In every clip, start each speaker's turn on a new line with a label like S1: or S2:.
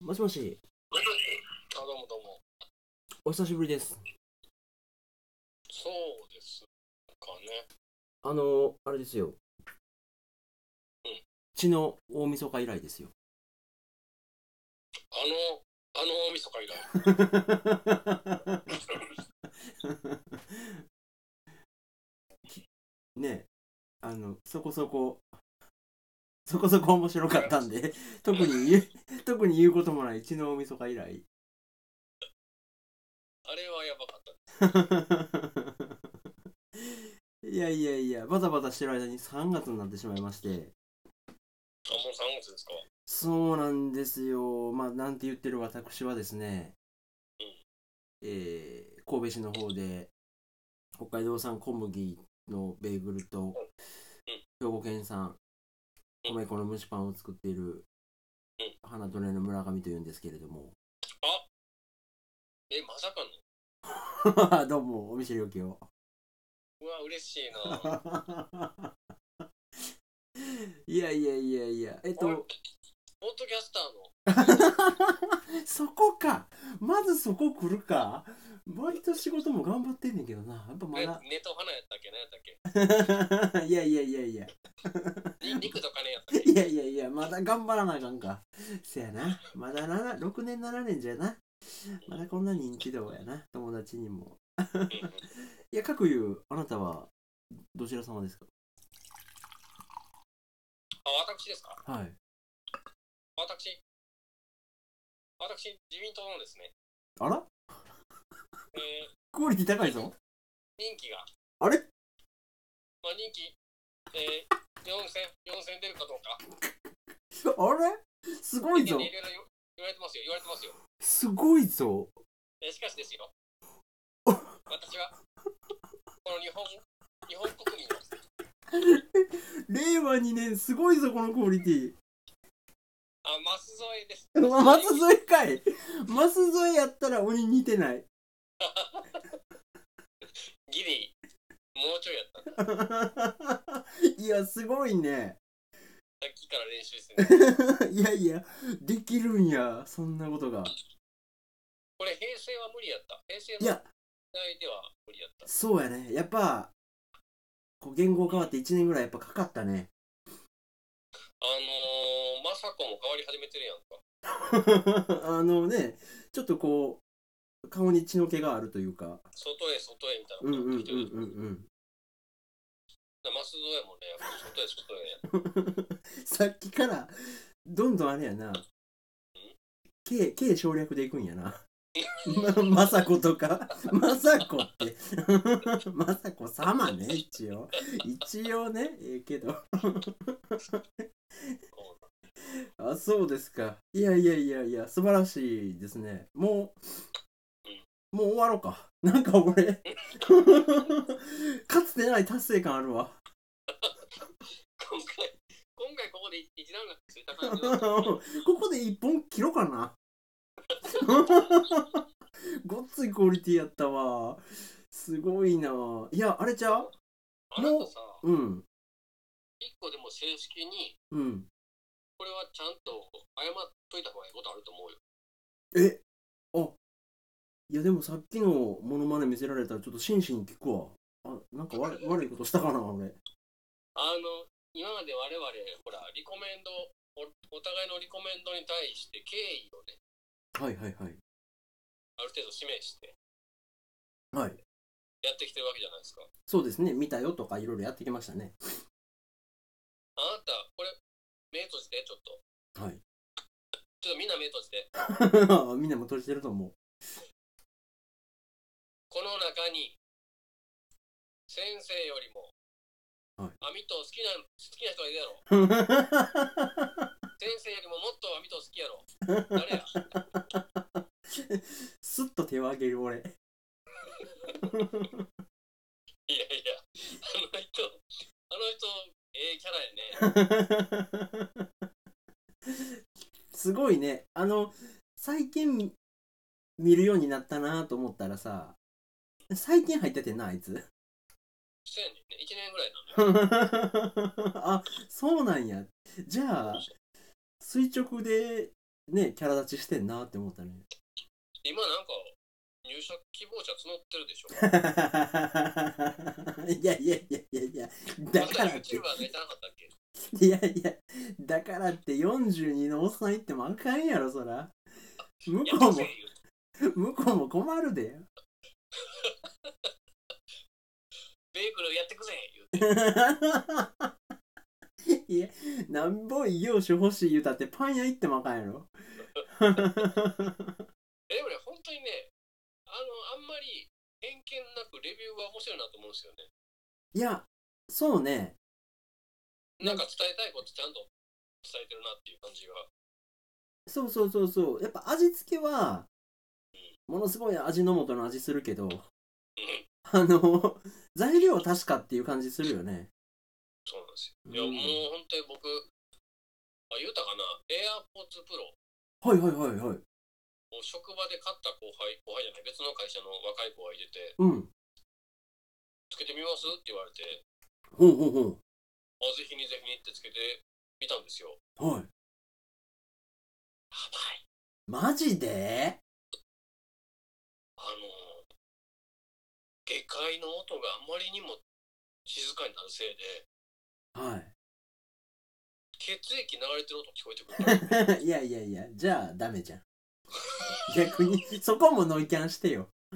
S1: もしもし、
S2: もしもし。あ、どうもどうも。
S1: お久しぶりです。
S2: そうですかね。
S1: あの、あれですよ。
S2: うん
S1: 血の大晦日以来ですよ。
S2: あの、あの大晦日 以来。
S1: ねえ、あの、そこそこ、そこそこ面白かったんで、特に言う、特に言うこともない血の大晦日以来。
S2: あれはやばかった。
S1: いやいやいや、バタバタしてる間に3月になってしまいまして。
S2: あ、もう3月ですか。
S1: そうなんですよ。まあ、なんて言ってる私はですね、えー神戸市の方で、北海道産小麦のベーグルと、兵庫県産米粉の蒸しパンを作っている
S2: うん、
S1: 花トレの村上というんですけれども、
S2: え、まさかの
S1: どうも、お見知りおきを。
S2: うわ、嬉しいな。
S1: いやいやいやいや、 えっ
S2: 俺
S1: と、
S2: ポッドキャスターの。
S1: そこかまずそこ来るかバイト仕事も頑張ってんねんけどなやっぱまだ
S2: え、ネタ花やったっけ何やったっけ
S1: いやいやいやいや
S2: り肉と金やったっけ
S1: いやいやいやまだ頑張らなあかんかせやなまだ7 6年7年じゃなまだこんな認知度やな友達にも
S2: うんうん
S1: いやかくいうあなたはどちら様ですか
S2: あ、私ですか
S1: はい
S2: 私。私、自民党のですね、
S1: あら
S2: えー、
S1: クオリティ高いぞ
S2: 任期が、
S1: あれ
S2: まあ任期、えー、4000、4000出るかどうか。
S1: あれすごい
S2: いろ
S1: ぞ
S2: いろ言われてますよ、言われてますよ。
S1: すごいぞ
S2: えーしかしです よ、私は、この日本、日本国民の、
S1: 令和2年すごいぞこのクオリティ
S2: あ、マス添えです。
S1: ま 松添かい松添やったら鬼似てない
S2: ギリ、もうちょいやった。さ
S1: いやすごいね
S2: っきから練習してね。
S1: いやいやできるんやそんなことが
S2: これ、平成は無理やった。平成
S1: い
S2: の時
S1: や
S2: 代では無理やった。
S1: そうやねやっぱこう言語変わって1年ぐらいやっぱかかったね
S2: あのー、まさこも変わり始めてるやんか。
S1: あのねちょっとこう顔に血の気があるというか
S2: 外へ外へみたい
S1: うん
S2: な
S1: うんうんうん
S2: こと言ってる。
S1: うん
S2: マス添えもね、やっぱ外へ外へ。
S1: さっきからどんどんあれやな K, K 省略でいくんやな ままさことかまさこって まさこ様ね一応一応ねええけど あそうですかいやいやいやいや素晴らしいですねもうもう終わろうかなんか俺 かつてない達成感あるわ
S2: 今回、今回ここで一段落 ついた感じだった。
S1: ここで一本切ろうかな。 ごっついクオリティやったわ。すごいな。いや、あれちゃう
S2: あなたさ、
S1: うん。
S2: 一個でも正式に、
S1: うん。
S2: これはちゃんと謝っといた方がいいことあると思うよ。
S1: えあいや、でもさっきのモノマネ見せられたらちょっと真摯に聞くわ。あ、なんか悪い悪いことしたかな、俺。
S2: あの、今まで我々、ほら、リコメンド、おお互いのリコメンドに対して敬意をね、
S1: はいはいはい。
S2: ある程度示して
S1: はい。
S2: やってきてるわけじゃないですか。
S1: そうですね、見たよとかいろいろやってきましたね。
S2: あなた、これ、目閉じて、ちょっと。
S1: はい。
S2: ちょっとみんな目閉じて。
S1: みんなも閉じてると思う。
S2: この中に、先生よりも、
S1: はい
S2: アミト好きな、好きな人がいるやろ。先生よりももっとアミト好きやろ。誰や
S1: すっと手を挙げる俺。
S2: いやいや、あの人、あの人、ええキャラやね。
S1: すごいねあの最近見るようになったなと思ったらさ最近入っててんなあいつ
S2: そうやねんね。1年ぐらいなのよ。
S1: あそうなんやじゃあ垂直でね、キャラ立ちしてんなって思ったね。
S2: 今なんか入社希望者募ってるでしょ
S1: いやいやいやいやいや、だから
S2: まだ
S1: っ
S2: YouTuber
S1: て、
S2: がいたなかったっけ
S1: いやいや、だからって42のおっさん行ってもあかんやろ、そら。向
S2: や
S1: こ
S2: っ
S1: う
S2: せ
S1: も
S2: え、言う
S1: 向こうも困るで。
S2: ベーグルやってくぜ言うて
S1: いや、なんぼいい洋酒欲しい言うたってパン屋行ってもあかんやろ。
S2: えでもね本当にねあのあんまり偏見なくレビューは面白いなと思うんですよね
S1: いや、そうね。
S2: なんか伝えたいことちゃんと伝えてるなっていう感じが
S1: そうそうそうそう。やっぱ味付けは、ものすごい味の素の味するけど、
S2: うん
S1: あの、材料は確かっていう感じするよね。
S2: そうなんですよいや、
S1: うん
S2: もう本当に僕あ言うたかな AirPods Pro
S1: はいはいはいはい。
S2: を職場で買った後輩後輩じゃない別の会社の若い子が入れて
S1: うん。
S2: つけてみますって言われて
S1: ほうほう
S2: あぜひにぜひにってつけてみたんですよ
S1: ほう。はい。
S2: やばい
S1: マジで
S2: あの下界の音があまりにも静かになるせいで
S1: は
S2: 血液流れてる音聞こえてくる
S1: い。いやいやいや、じゃあダメじゃん。逆に、そこもノイキャンしてよ。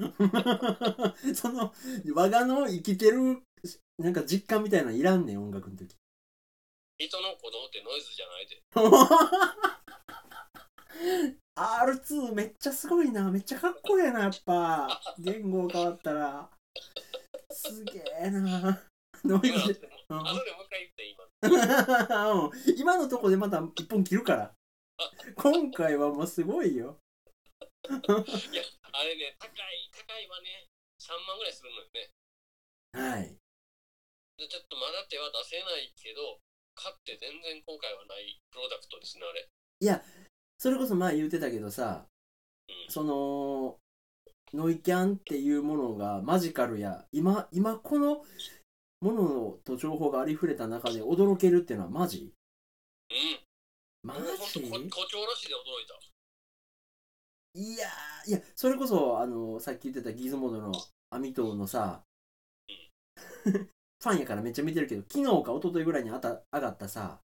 S1: その、我がの生きてる、なんか実感みたいなのいらんねん、音楽の時。
S2: 人の鼓動ってノイズじゃない で
S1: R2 めっちゃすごいなめっちゃかっこええなやっぱ言語変わったらすげえなノイ
S2: 今の
S1: ズ、うん
S2: あとでもう一回言って今
S1: うん今のとこでまた一本切るから今回はもうすごいよ
S2: あれね高い高いはね3万ぐらいするのよね
S1: はい
S2: でちょっとまだ手は出せないけど買って全然後悔はないプロダクトですねあれ
S1: それこそ前言ってたけどさ
S2: うん
S1: そのノイキャンっていうものがマジカルや今今このものと情報がありふれた中で驚けるっていうのはマジ
S2: うん
S1: マ
S2: もうほんとこ
S1: ジ
S2: 誇張なしで驚いた
S1: いやーいやそれこそあのさっき言ってたギズモードのアミトのさ ファンやからめっちゃ見てるけど昨日か一昨日ぐらいにあた上がったさ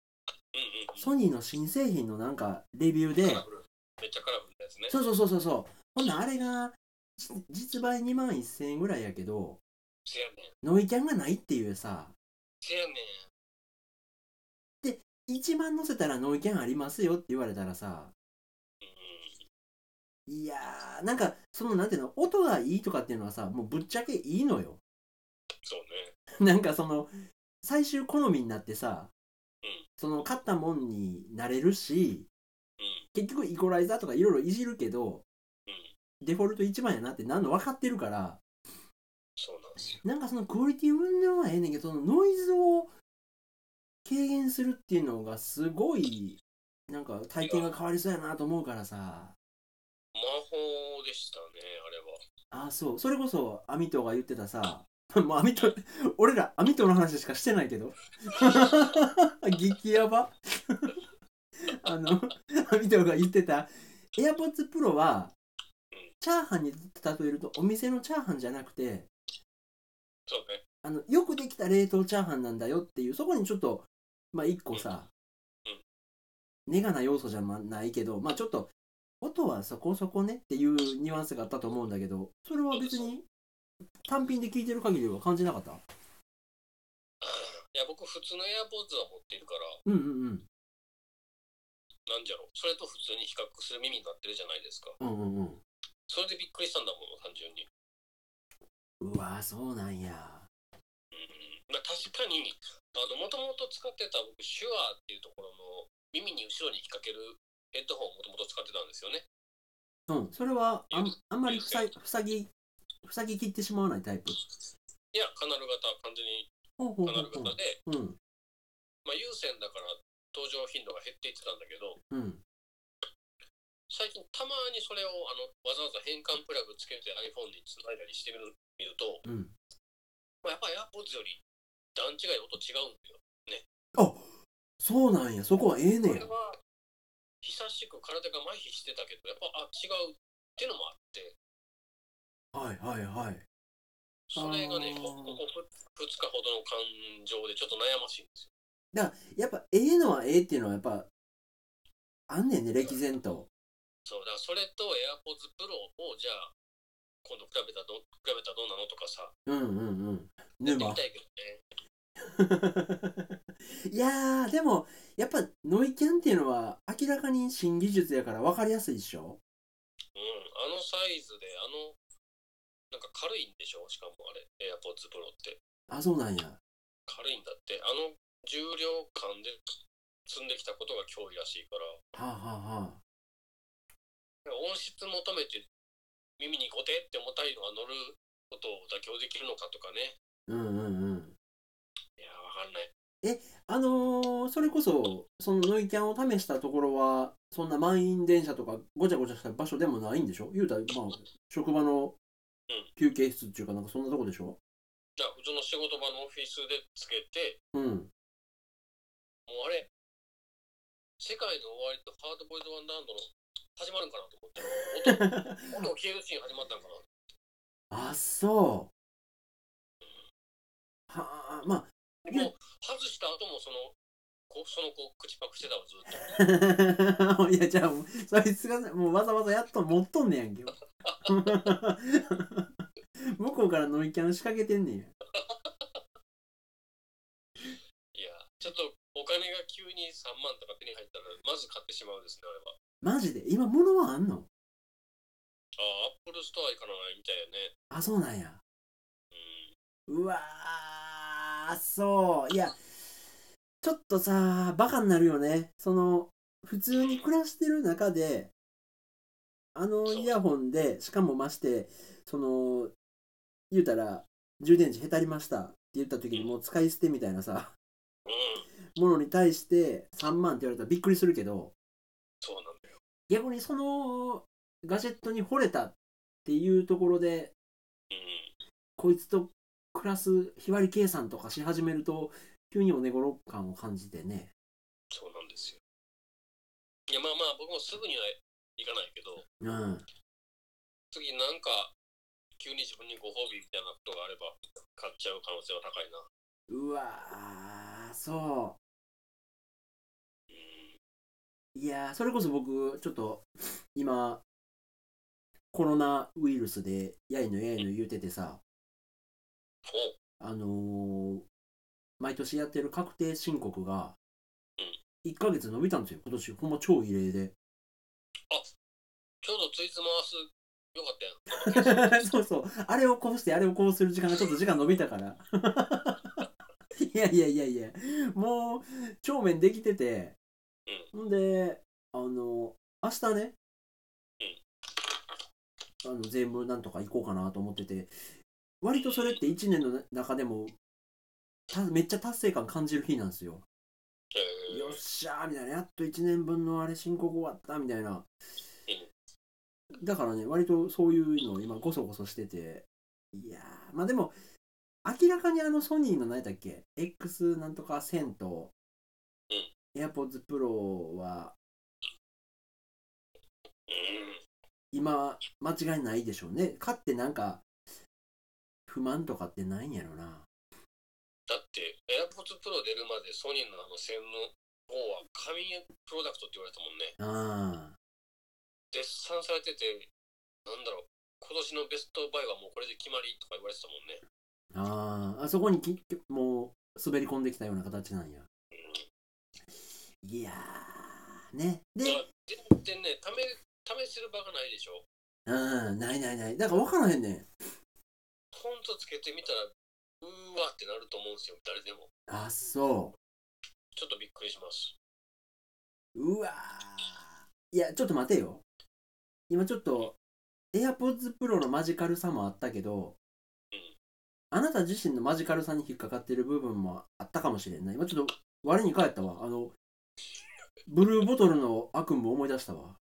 S2: うんうんうん
S1: ソニーの新製品のなんかレビューで
S2: カラフルめっちゃカラフルなやつね
S1: そうそうそうそうそうほんなんあれがじ実売2万1000円ぐらいやけど
S2: せやねん
S1: ノイキャンがないっていうさ
S2: せやねん
S1: 1万乗せたらノイキャンありますよって言われたらさ
S2: うん
S1: いやーなんかそのなんていうの音がいいとかっていうのはさもうぶっちゃけいいのよ
S2: そうね
S1: なんかその最終好みになってさ、
S2: うん
S1: その買ったもんになれるし
S2: うん
S1: 結局イコライザーとかいろいろいじるけど
S2: うん
S1: デフォルト一番やなってなんの分かってるから
S2: そうなんですよ
S1: なんかそのクオリティ云々はええねんけどそのノイズを軽減するっていうのがすごいなんか体験が変わりそうやなと思うからさ
S2: 魔法でしたねあれは
S1: ああそうそれこそアミトが言ってたさ もうアミト俺らアミトの話しかしてないけど 激ヤバ あのアミトが言ってた AirPods Pro はチャーハンに例えるとお店のチャーハンじゃなくて
S2: そうね
S1: あのよくできた冷凍チャーハンなんだよっていうそこにちょっとまあ一個さ
S2: うん
S1: ネガな要素じゃまないけどまあちょっと音はそこそこねっていうニュアンスがあったと思うんだけどそれは別に単品で聞いてる限りは感じなかった
S2: いや僕普通のエアポーズは持ってるから
S1: うんうん
S2: なんじゃろうそれと普通に比較する耳になってるじゃないですか
S1: うんうんうんうん
S2: それでびっくりしたんだもの単純に
S1: うわーそうなんや
S2: まあ確かにあの元々使ってた僕シュアーっていうところの耳に後ろに引っ掛けるヘッドホンをもともと使ってたんですよね
S1: うんそれはあん
S2: うん
S1: あんまりふさふさぎふさぎ切ってしまわないタイプ
S2: いやカナル型完全に
S1: ほうほう
S2: カ
S1: ほ
S2: ナ
S1: う
S2: ル型で、
S1: ほううん
S2: まあ、有線だから登場頻度が減っていってたんだけど
S1: うん
S2: 最近たまにそれをあのわざわざ変換プラグつけて iPhone につないだりしてみる見ると、
S1: うん
S2: まあ、やっぱ AirPods より段違いで音違うんだよ
S1: あそうなんやそこはええ
S2: こ
S1: ねん
S2: れ
S1: や
S2: は久しく体が麻痺してたけどやっぱあ違うっていうのもあって
S1: はいはいはい。
S2: それがね
S1: あー
S2: こここ2日ほどの感情でちょっと悩ましいんですよ
S1: やっぱええのはええっていうのはやっぱあんねんね歴然と
S2: そうだからそれと AirPods Pro をじゃあ今度比べたらど比べたらどうなのとかさ
S1: うんうんうん
S2: やってみ
S1: でも
S2: たいけどね
S1: いやーでもやっぱノイキャンっていうのは明らかに新技術やから分かりやすいでしょ
S2: うんあのサイズであのなんか軽いんでしょしかもあれ AirPods Pro って
S1: あそうなんや
S2: 軽いんだってあの重量感で積んできたことが脅威らしいから
S1: はあはあはあ
S2: 音質求めて耳にゴテって重たいのが乗ることを妥協できるのかとかね
S1: うんうんうん
S2: いやわかんない
S1: あのー、それこそそのノイキャンを試したところはそんな満員電車とかごちゃごちゃした場所でもないんでしょ言うたらまあ職場の休憩室っていうかなんかそんなとこでしょ
S2: じゃあ普通の仕事場のオフィスでつけて
S1: うん
S2: もうあれ世界の終わりとハードボイルドワンダーランドの始まるんかなと思って音音消えるシーン始まったんかな
S1: あそうはあまあ
S2: でもう外した後もそのこその子口パクしてたわずっと
S1: いやじゃあそいつがもうわざわざやっと持っとんねやんけ 向こうからノイキャン仕掛けてんねんや
S2: いやちょっとお金が急に3万とか手に入ったらまず買ってしまうですねあれは
S1: マジで今物はあんの
S2: ああアップルストア行かないみたいよね
S1: あそうなんや
S2: うん
S1: うわーそういやちょっとさバカになるよねその普通に暮らしてる中であのイヤホンでしかもましてその言うたら充電池へたりましたって言った時にもう使い捨てみたいなさ
S2: うん
S1: ものに対して3万って言われたらびっくりするけど
S2: そうなんだよ
S1: 逆にそのガジェットに惚れたっていうところで
S2: うん
S1: こいつと暮らす日割り計算とかし始めると急にお値頃感を感じてね
S2: そうなんですよ。いやまあまあ僕もすぐにはいかないけど
S1: うん
S2: 次なんか急に自分にご褒美みたいなことがあれば買っちゃう可能性は高いな。
S1: うわーそ
S2: うん。
S1: ういやーそれこそ僕ちょっと今コロナウイルスでやいのやいの言うててさ
S2: お
S1: あのー毎年やってる確定申告が
S2: うん
S1: 1ヶ月伸びたんですよ今年ほんま超異例で
S2: ちょうどついつ回すよかったやん。
S1: そうそうあれをこうしてあれをこうする時間がちょっと時間伸びたから いやいやいやいやもう帳面できててんであの明日ねあの税務なんとか行こうかなと思ってて割とそれって1年の中でもためっちゃ達成感感じる日なんですよ
S2: え
S1: よっしゃーみたいなやっと1年分のあれ申告終わったみたいなだからね割とそういうのを今ごそごそしてていやーまあでも明らかにあのソニーの何やったっけ X なんとか1000と
S2: う
S1: AirPods Pro は
S2: うん。
S1: 今間違いないでしょうね買ってなんか不満とかってないんやろな
S2: だって AirPods Pro 出るまでソニーのあの線の方は紙プロダクトって言われたもんね。
S1: あ
S2: 絶賛されててなんだろう今年のベストバイはもうこれで決まりとか言われてたもんね。
S1: ーあーあそこにきもう滑り込んできたような形なんやいやーねで
S2: 全然ね、試試せる場がないでしょ。
S1: うんないないないだから分からへんねん
S2: ポンとつけてみたら、うーわってなると思うんですよ、誰でも。
S1: あそ
S2: ちょっとびっくりします。
S1: ううわーいやちょっと待てよ今ちょっと AirPods Pro のマジカルさもあったけど、
S2: うん
S1: あなた自身のマジカルさに引っかかってる部分もあったかもしれんない今ちょっと我に返ったわあのブルーボトルの悪夢思い出し たわ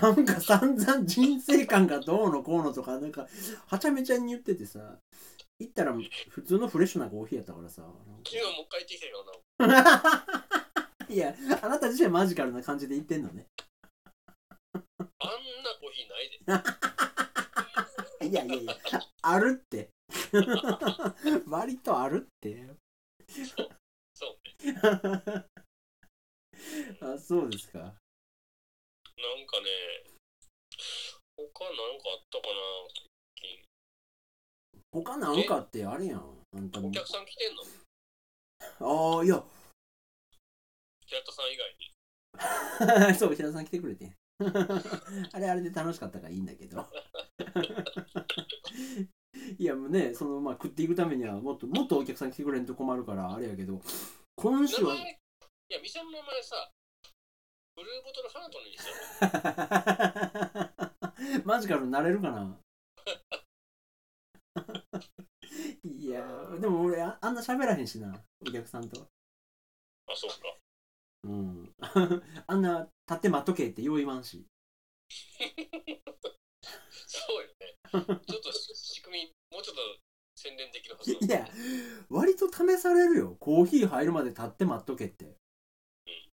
S1: なんか散々人生観がどうのこうのとかなんかはちゃめちゃに言っててさ行ったら普通のフレッシュなコーヒーやったからさなんか
S2: 君はもう一回言ってきたよな。
S1: いや、あなた自身はマジカルな感じで言ってんのね。
S2: あんなコーヒーないで。
S1: いやいやいや、あるって。 割とあるって。
S2: そうね。
S1: あ、そうですか。
S2: なんかね、他なんかあったかな
S1: 他なんかってあれやん。あんた
S2: お客さん来てんの
S1: ああ、いや、
S2: 平田さん以外に。
S1: そう、平田さん来てくれてん。 あれあれで楽しかったからいいんだけど。 いやもうね、そのまあ食っていくためにはもっともっとお客さん来てくれんと困るからあれやけど、今週は
S2: 名前、いや、店の名前さ、ブルーボトルハートにしたの。
S1: マジカルになれるかないやーでも俺ああんな喋らへんしなお客さんと
S2: あ、そう か。
S1: うん あんな立って待っとけってよう言わんし
S2: そうよね。ちょっと仕組み、もうちょっと宣伝できるはずだ
S1: いや割と試されるよコーヒー入るまで立って待っとけって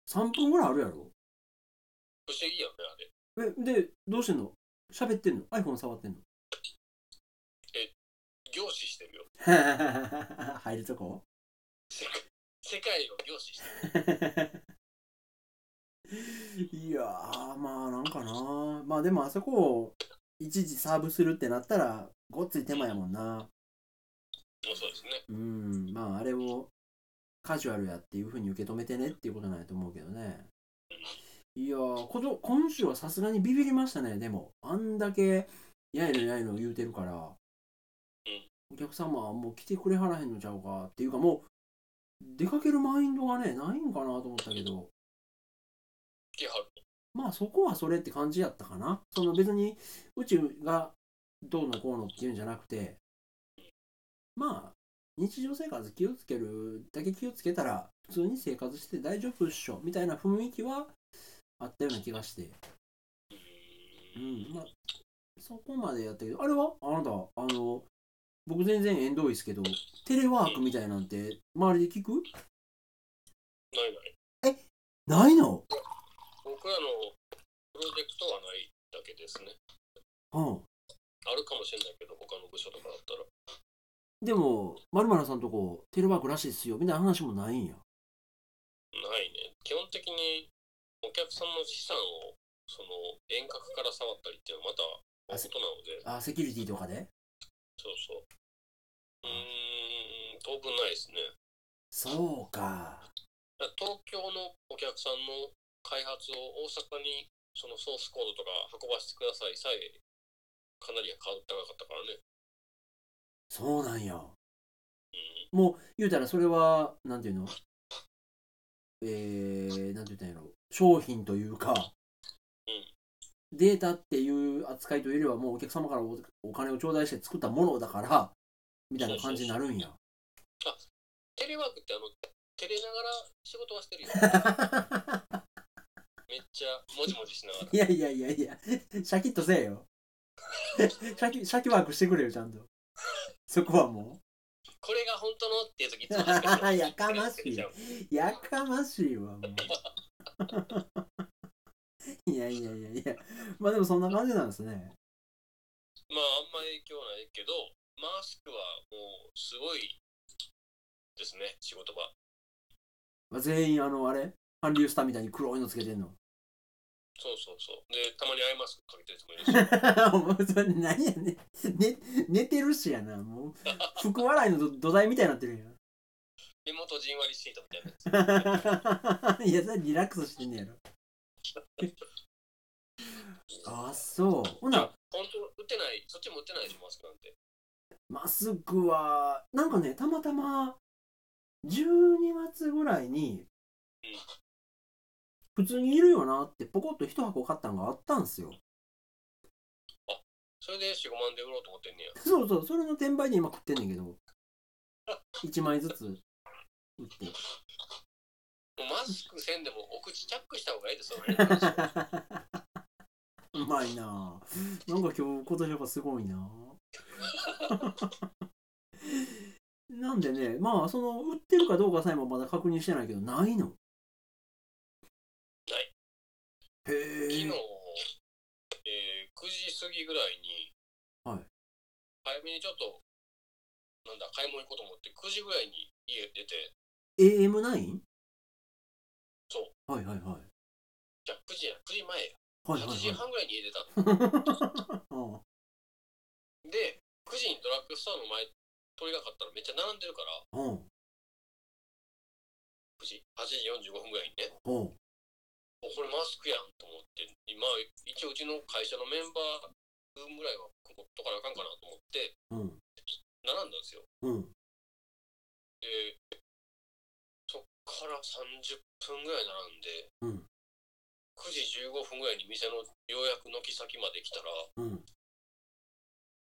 S1: 3分ぐらいあるやろ
S2: 不思議よね、あれ。
S1: えでどうしてんの喋ってんの iPhone 触ってんの
S2: 凝視してるよ。
S1: 入るとこ
S2: 世界世界を凝視してる。
S1: いやーまあなんかなまあでもあそこを一時サーブするってなったらごっつい手間やもんな
S2: もうそうですね。
S1: うんまああれをカジュアルやっていう風に受け止めてねっていうことなんやと思うけどねいやーこと今週はさすがにビビりましたねでもあんだけやいのやいの言うてるから
S2: ん
S1: お客様はもう来てくれはらへんのちゃうかっていうかもう出かけるマインドがねないんかなと思ったけど
S2: 来はる。
S1: まあそこはそれって感じやったかな。その別に宇宙がどうのこうのっていうんじゃなくて、まあ日常生活気をつけるだけ気をつけたら普通に生活して大丈夫っしょみたいな雰囲気はあったような気がして、うん、まあそこまでやったけど、あれはあなた、あの、僕全然縁遠いですけど、テレワークみたいなんて周りで聞く
S2: ないない。
S1: ないの
S2: 僕らのプロジェクトはないだけですね。
S1: うん。
S2: あるかもしれないけど、他の部署とかだったら。
S1: でも、まるまるさんとこテレワークらしいっすよみたいな話もないんや。
S2: ないね。基本的にお客さんの資産をその遠隔から触ったりっていうのはまたことなので、
S1: あ、セキュリティとかで
S2: そうそう。うーん、当分ないですね。
S1: そうか。
S2: だから東京のお客さんの開発を大阪にそのソースコードとか運ばせてくださいさえかなり変わったかったからね。
S1: そうなんや。
S2: うん、
S1: もう、言うたらそれは、なんていうのえー、なんて言ったんやろ。商品というか、データっていう扱いというよりは、もうお客様からおお金を頂戴して作ったものだから、みたいな感じになるんや。
S2: テレワークってあの、照れながら仕事はしてるよ。めっちゃもじもじしながら。
S1: いやいやいやいや、シャキッとせえよ。シャキ、シャキワークしてくれよ、ちゃんと。そこはもう。
S2: これが本当のっていう時いつも恥ずかしい
S1: やかましい やかましいわ、もう。 いやいやいやいや、まあでもそんな感じなんですね。
S2: まああんま影響ないけど、マスクはもうすごいですね、仕事場。
S1: まあ、全員、あの、あれ、韓流スターみたいに黒いのつけてんの。
S2: そうそうそう。で、たまにアイマスクかけてる人もいるし。い
S1: お前、それ何やねん、ね。寝てるしやな、もう。福笑いの土土台みたいになってるやん。
S2: 目元じんわりシートみたいなやつ。
S1: いや、それリラックスしてんねやろ。 あ、そう。ほな、
S2: 本当、打ってない、そっちも打ってないでしょ、マスクなんて。
S1: マスクは、なんかね、たまたま、12月ぐらいに、普通にいるよなって、ポコッと一箱買ったのがあったんですよ。
S2: それで4、5万で売ろうと思ってんねや。
S1: そうそう、それの転売で今食ってんねんけど、1枚ずつ売って。
S2: もうマスクせんでもお口チャックした方がいいですよ、ね。
S1: うまいなぁ。なんか今日、今年やっぱすごいな ぁ。なんでね、まあ、その、売ってるかどうかさえもまだ確認してないけど、ないの。
S2: 昨日、
S1: へえ。
S2: えー9時過ぎぐらいに、
S1: はい
S2: 早めにちょっと、なんだ、買い物行こうと思って、9時ぐらいに家出て、
S1: AM9?。
S2: そう
S1: はいはいはい。
S2: じゃあ9時や、9時前や、
S1: はいはい
S2: 8時半ぐらいに家出たの。
S1: はい。
S2: で、9時にドラッグストアの前通りがかったらめっちゃ並んでるから、
S1: うん。うん。
S2: 9時、8時45分ぐらいにね、
S1: うん。
S2: おこれマスクやんと思って、今、一応うちの会社のメンバー分ぐらいはこことからあかんかなと思って、
S1: うん。
S2: 並んだんですよ。
S1: うん。
S2: で、そっから30分ぐらい並んで、
S1: うん
S2: 9時15分ぐらいに店のようやく軒先まで来たら、
S1: うん。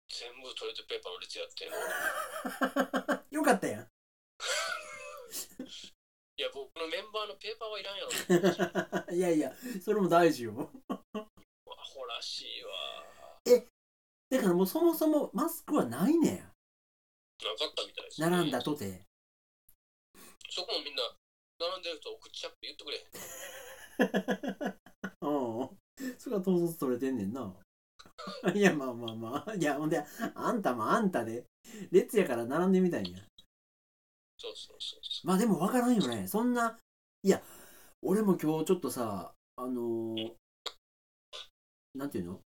S2: 全部トイレットペーパーの列や ってんの。
S1: よかったやん。
S2: いや、僕のメンバーのペーパーはいらんやろ。
S1: いやいや、それも大事よ。
S2: アホらしいわ。
S1: だからもうそもそもマスクはないねん。
S2: なかったみたいです、
S1: 並んだとて。
S2: そこもみんな、並んでる人、送っちゃって言ってくれへん。
S1: うん。 それは統率取れてんねんな。 いや、まあまあまあ。い や、ほんで、あんたもあんたで、列やから並んでみたいんや。
S2: そうそうそうそう。
S1: まあでも分からんよね。そんな、いや、俺も今日ちょっとさ、あのー、なんていうの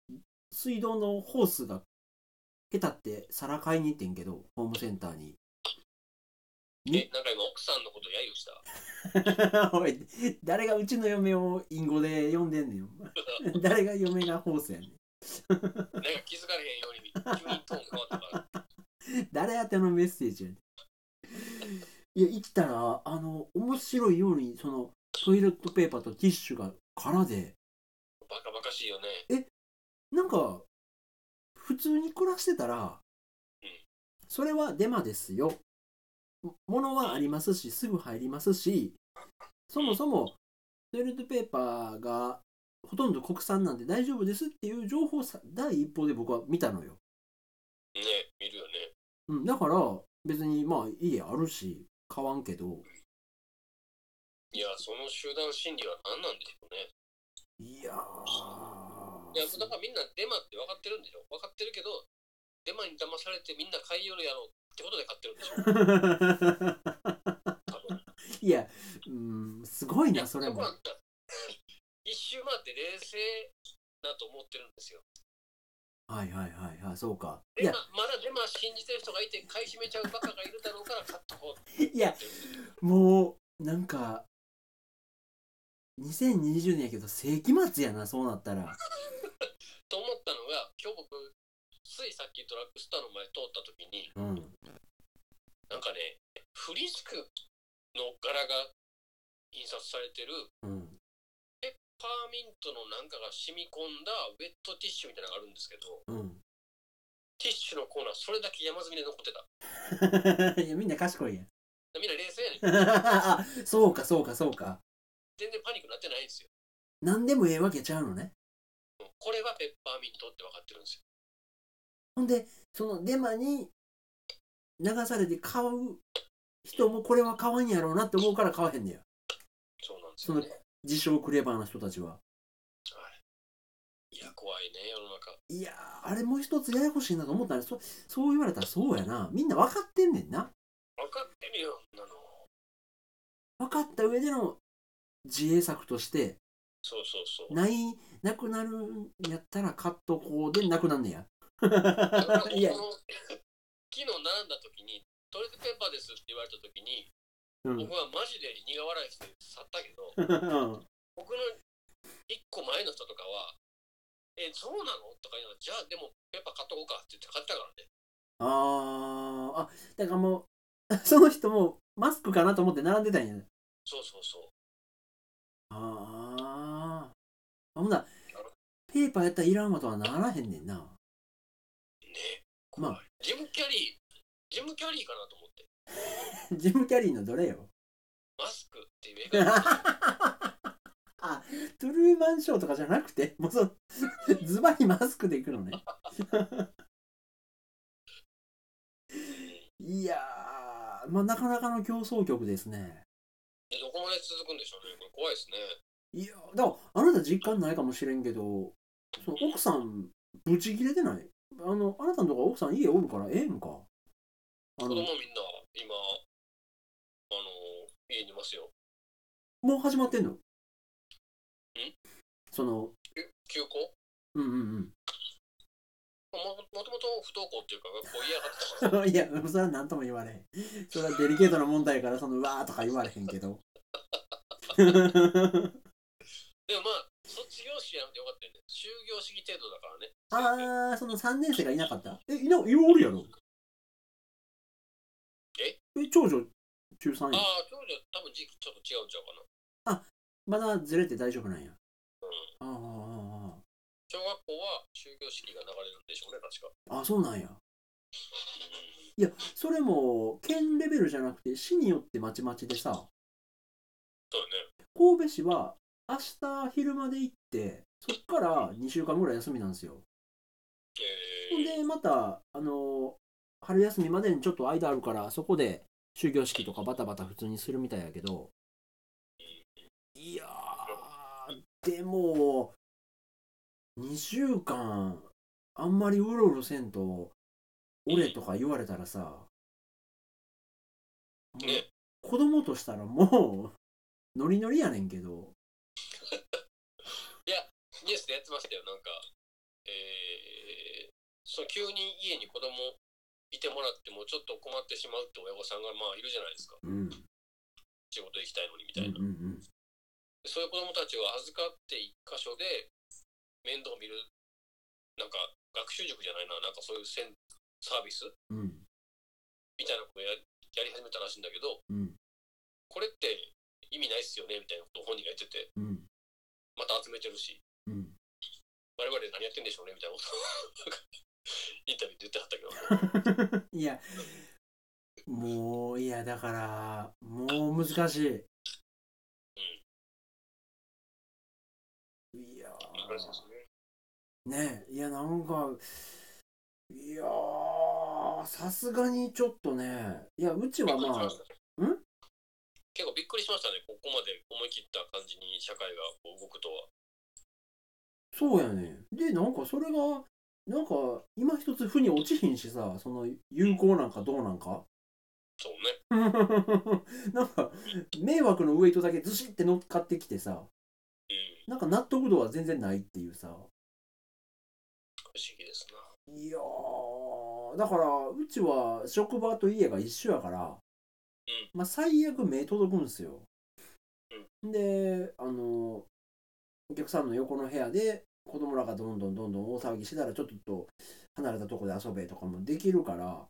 S1: 水道のホースが、へたって皿買いに行ってんけど、ホームセンターに。
S2: え、なんか今、奥さんのこと揶揄した。
S1: おい、誰がうちの嫁を隠語で呼んでんねん。誰が嫁がホースやねん。
S2: なんか気づかれへんように、急にトーン変わったから。
S1: 誰宛てのメッセージやねん。いや、生きたら、あの、面白いように、その、トイレットペーパーとティッシュが空で、
S2: バカバカしいよね。
S1: なんか、普通に暮らしてたら
S2: うん、
S1: それはデマですよ。も物はありますし、すぐ入りますし、そもそもトイレットペーパーがほとんど国産なんで大丈夫ですっていう情報をさ第一報で僕は見たのよ。
S2: ね、見るよね。
S1: うん、だから別にまあ家あるし買わんけど、
S2: いや、その集団心理は何なんでしょうね。
S1: いや
S2: いや、だからみんなデマって分かってるんでしょ分かってるけど、デマに騙されてみんな買い寄るやろうってことで買ってるんでしょ
S1: ー
S2: 多分。
S1: いや、うん、すごい
S2: い
S1: な、それも。
S2: なんか一周回って冷静だと思ってるんですよ。
S1: はいはいはいはい、そうか。い
S2: デ
S1: や
S2: マ、まだデマ信じてる人がいて買い占めちゃうバカがいるだろうから買っとこうって
S1: いや、もうなんか2020年やけど世紀末やなそうなったら
S2: と思ったのが、今日僕、ついさっきドラッグストアの前通った時に、
S1: うん
S2: なんかね、フリスクの柄が印刷されてる
S1: うん
S2: パーミントのなんかが染み込んだウェットティッシュみたいなのがあるんですけど、
S1: うん
S2: ティッシュのコーナー、それだけ山積みで残ってた。
S1: いやみんな賢いやん
S2: みんな冷静やねん。
S1: あそうかそうかそうか
S2: 全然パニックになってないんですよ。
S1: 何でもええわけちゃうのね
S2: うんこれはペッパーミントって分かってるんですよ。
S1: ほんでそのデマに流されて買う人もこれは買わんやろうなって思うから買わへんねや
S2: そうなんです
S1: そ
S2: よ
S1: の
S2: ね。
S1: 自称クレバーな人たちはい
S2: や、怖いね、世の中。
S1: いやーあれもう一つややこしいなと思ったらそそう言われたらそうやなみんな分かってんねんな
S2: 分かってるよ、あんなの。
S1: 分かった上での自衛策として
S2: そうそうそう。
S1: ないなくなるんやったらカットこうでなくなんねや い
S2: そ
S1: や
S2: の昨日並んだ時に、トイレットペーパーですって言われた時に、
S1: うん
S2: 僕はマジで苦笑いして去ったけど、僕の一個前の人とかは、え、そうなのとか言うの、じゃあでもペーパー買っとこうかって言って買ったからね。
S1: あーあだからもう その人もマスクかなと思って並んでたんやね
S2: そうそうそう。
S1: あーあほんならペーパーやったらいらんわとはならへんねんな
S2: ね。
S1: まあ
S2: 怖いジム・キャリー、ジム・キャリーかなと思って。
S1: ジム・キャリーのどれよ
S2: マスクっていう映画が
S1: あトゥルーマンショーとかじゃなくてもうそ ズバリマスクでいくのね いやー、まあ、なかなかの競争曲ですね。
S2: でどこまで続くんでしょうね。これ怖いですね。
S1: いやだからあなた実感ないかもしれんけどその奥さんブチ切れてないあのあなたのとこ奥さん家おるからええんかあ
S2: 子供
S1: の
S2: みんな今あの家にいますよ
S1: もう始まってんのその
S2: え休校
S1: うんうん
S2: ももともと不登校っていうか学校嫌がってたから
S1: うん いやそれは何とも言われへんそれはデリケートな問題やからそのうわーとか言われへんけど
S2: でもまあ卒業式やめてよかったよね終業式程度だからね
S1: ああその3年生がいなかったえいな今おるやろ
S2: え
S1: え長女中3や
S2: ああ長女多分時期ちょっと違うんちゃうかな
S1: まだずれて大丈夫なんやあーあー
S2: 小学校は終業式が流れるんでしょうね確か
S1: あーあそうなんやいやそれも県レベルじゃなくて市によってまちまちでさ
S2: そうね
S1: 神戸市は明日昼まで行ってそっから2週間ぐらい休みなんですよほん
S2: えー、
S1: でまたあの春休みまでにちょっと間あるからそこで終業式とかバタバタ普通にするみたいやけどいやーでも2週間あんまりうろうろせんと俺とか言われたらさもう
S2: ね
S1: 子供としたらもうノリノリやねんけど
S2: ニュースでやってましたよなんかえー、その急に家に子供いてもらってもちょっと困ってしまうって親御さんがまあいるじゃないですか
S1: うん
S2: 仕事行きたいのにみ
S1: う
S2: た
S1: ん
S2: いな、
S1: うんうん
S2: そういう子供たちを預かって一箇所で面倒見るなんか学習塾じゃないななんかそういうせんサービス
S1: うん
S2: みたいなことをややり始めたらしいんだけど
S1: うん
S2: これって意味ないっすよねみたいなことを本人が言ってて
S1: うん
S2: また集めてるし
S1: うん
S2: 我々何やってんでしょうねみたいなこと をインタビューで言ってはったけど
S1: いや、もう、いや、だから、もう難しい。いや
S2: 難しいですね
S1: ー、ねいや、なんか、いやー、さすがにちょっとね、いや、うちはまあ、ん
S2: 結構びっくりしましたねここまで思い切った感じに社会がこう動くとは
S1: そうやね。で、なんかそれが、なんか、今一つ負に落ちひんしさ、その、有効なんかどうなんか。
S2: そうね
S1: なんか、迷惑のウエイトだけずしって乗っかってきてさ、
S2: うん
S1: なんか納得度は全然ないっていうさ。
S2: 不思議ですない
S1: やー、だから、うちは職場と家が一緒やから、
S2: ん
S1: まあ最悪目届くんすよ。で、あの、お客さんの横の部屋で、子供らがどんどんどんどん大騒ぎしてたら、ちょっと離れたとこで遊べとかもできるから、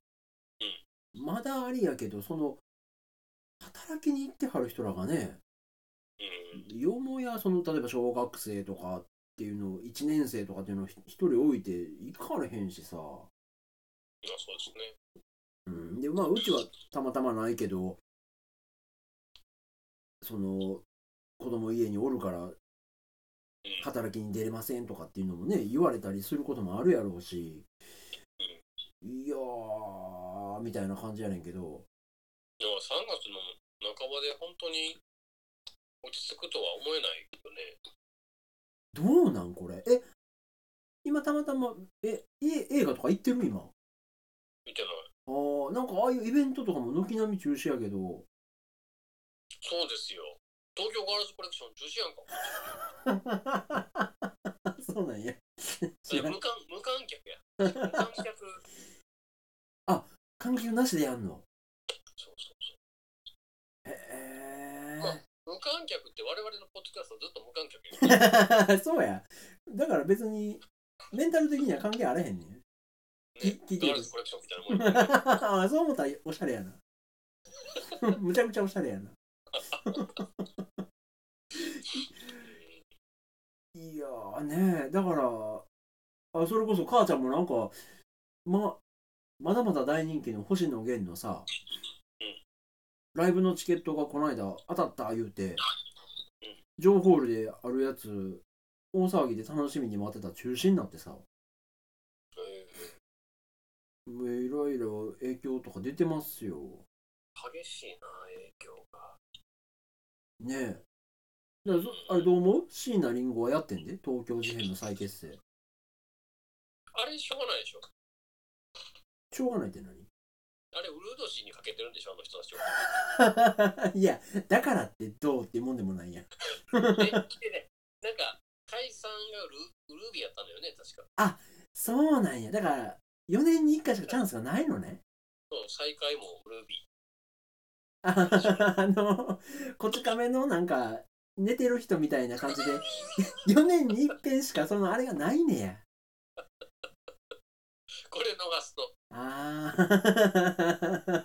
S1: まだありやけど、その、働きに行ってはる人らがね、
S2: うん
S1: よもやその例えば小学生とかっていうのを1年生とかっていうのをひ一人置いて行かれへんしさ、
S2: まあそうですね
S1: うん、でまあうちはたまたまないけどその子供家におるから働きに出れませんとかっていうのもね言われたりすることもあるやろうしいやーみたいな感じやねんけど
S2: いや3月の半ばで本当に落ち着くとは思えないよね。
S1: どうなんこれえ今たまたまえい映画とか行ってる今
S2: 見てない。
S1: あーなんかああいうイベントとかも軒並み中止やけど
S2: そうですよ。東京ガールズコレクション中止やんか。
S1: そうなんや。 知らん
S2: 無観無観客や。無観客。
S1: 関係なしでやんの。
S2: そうそうそう。
S1: へ
S2: 無観客って我々のポッドキャストずっと無観客や。
S1: え。 そうや。だから別に、メンタル的には関係あれへんねん。
S2: ね、
S1: 聞いて
S2: ガー
S1: る
S2: ルズコレクションみたいなもんや。
S1: あそう思ったらおしゃれやな。 むちゃくちゃおしゃれやな。 いやーねえ、だから、あそれこそ母ちゃんもなんか、ま、まだまだ大人気の星野源のさ
S2: うん、
S1: ライブのチケットがこの間当たった言うて、情報ホールであるやつ、大騒ぎで楽しみに待ってたら中止になってさ、
S2: え ー
S1: もういろいろ影響とか出てますよ。
S2: 激しいな、影響が。
S1: ねえ。だからそあれどう思う椎名林檎はやってんで東京事変の再結成
S2: あれしょうがないでしょ
S1: しょうがないって何
S2: あれウルード氏にかけてるんでしょあの人た ちを
S1: いやだからってどうってもんでもないやん
S2: ででねなんか解散がルウルービーやったんだよね確か
S1: そうなんやだから4年に1回しかチャンスがないのね
S2: そう再開もウルービー
S1: ああのこち亀のなんか寝てる人みたいな感じで4年 に1遍しかそのあれがないねや
S2: これ逃すと
S1: あ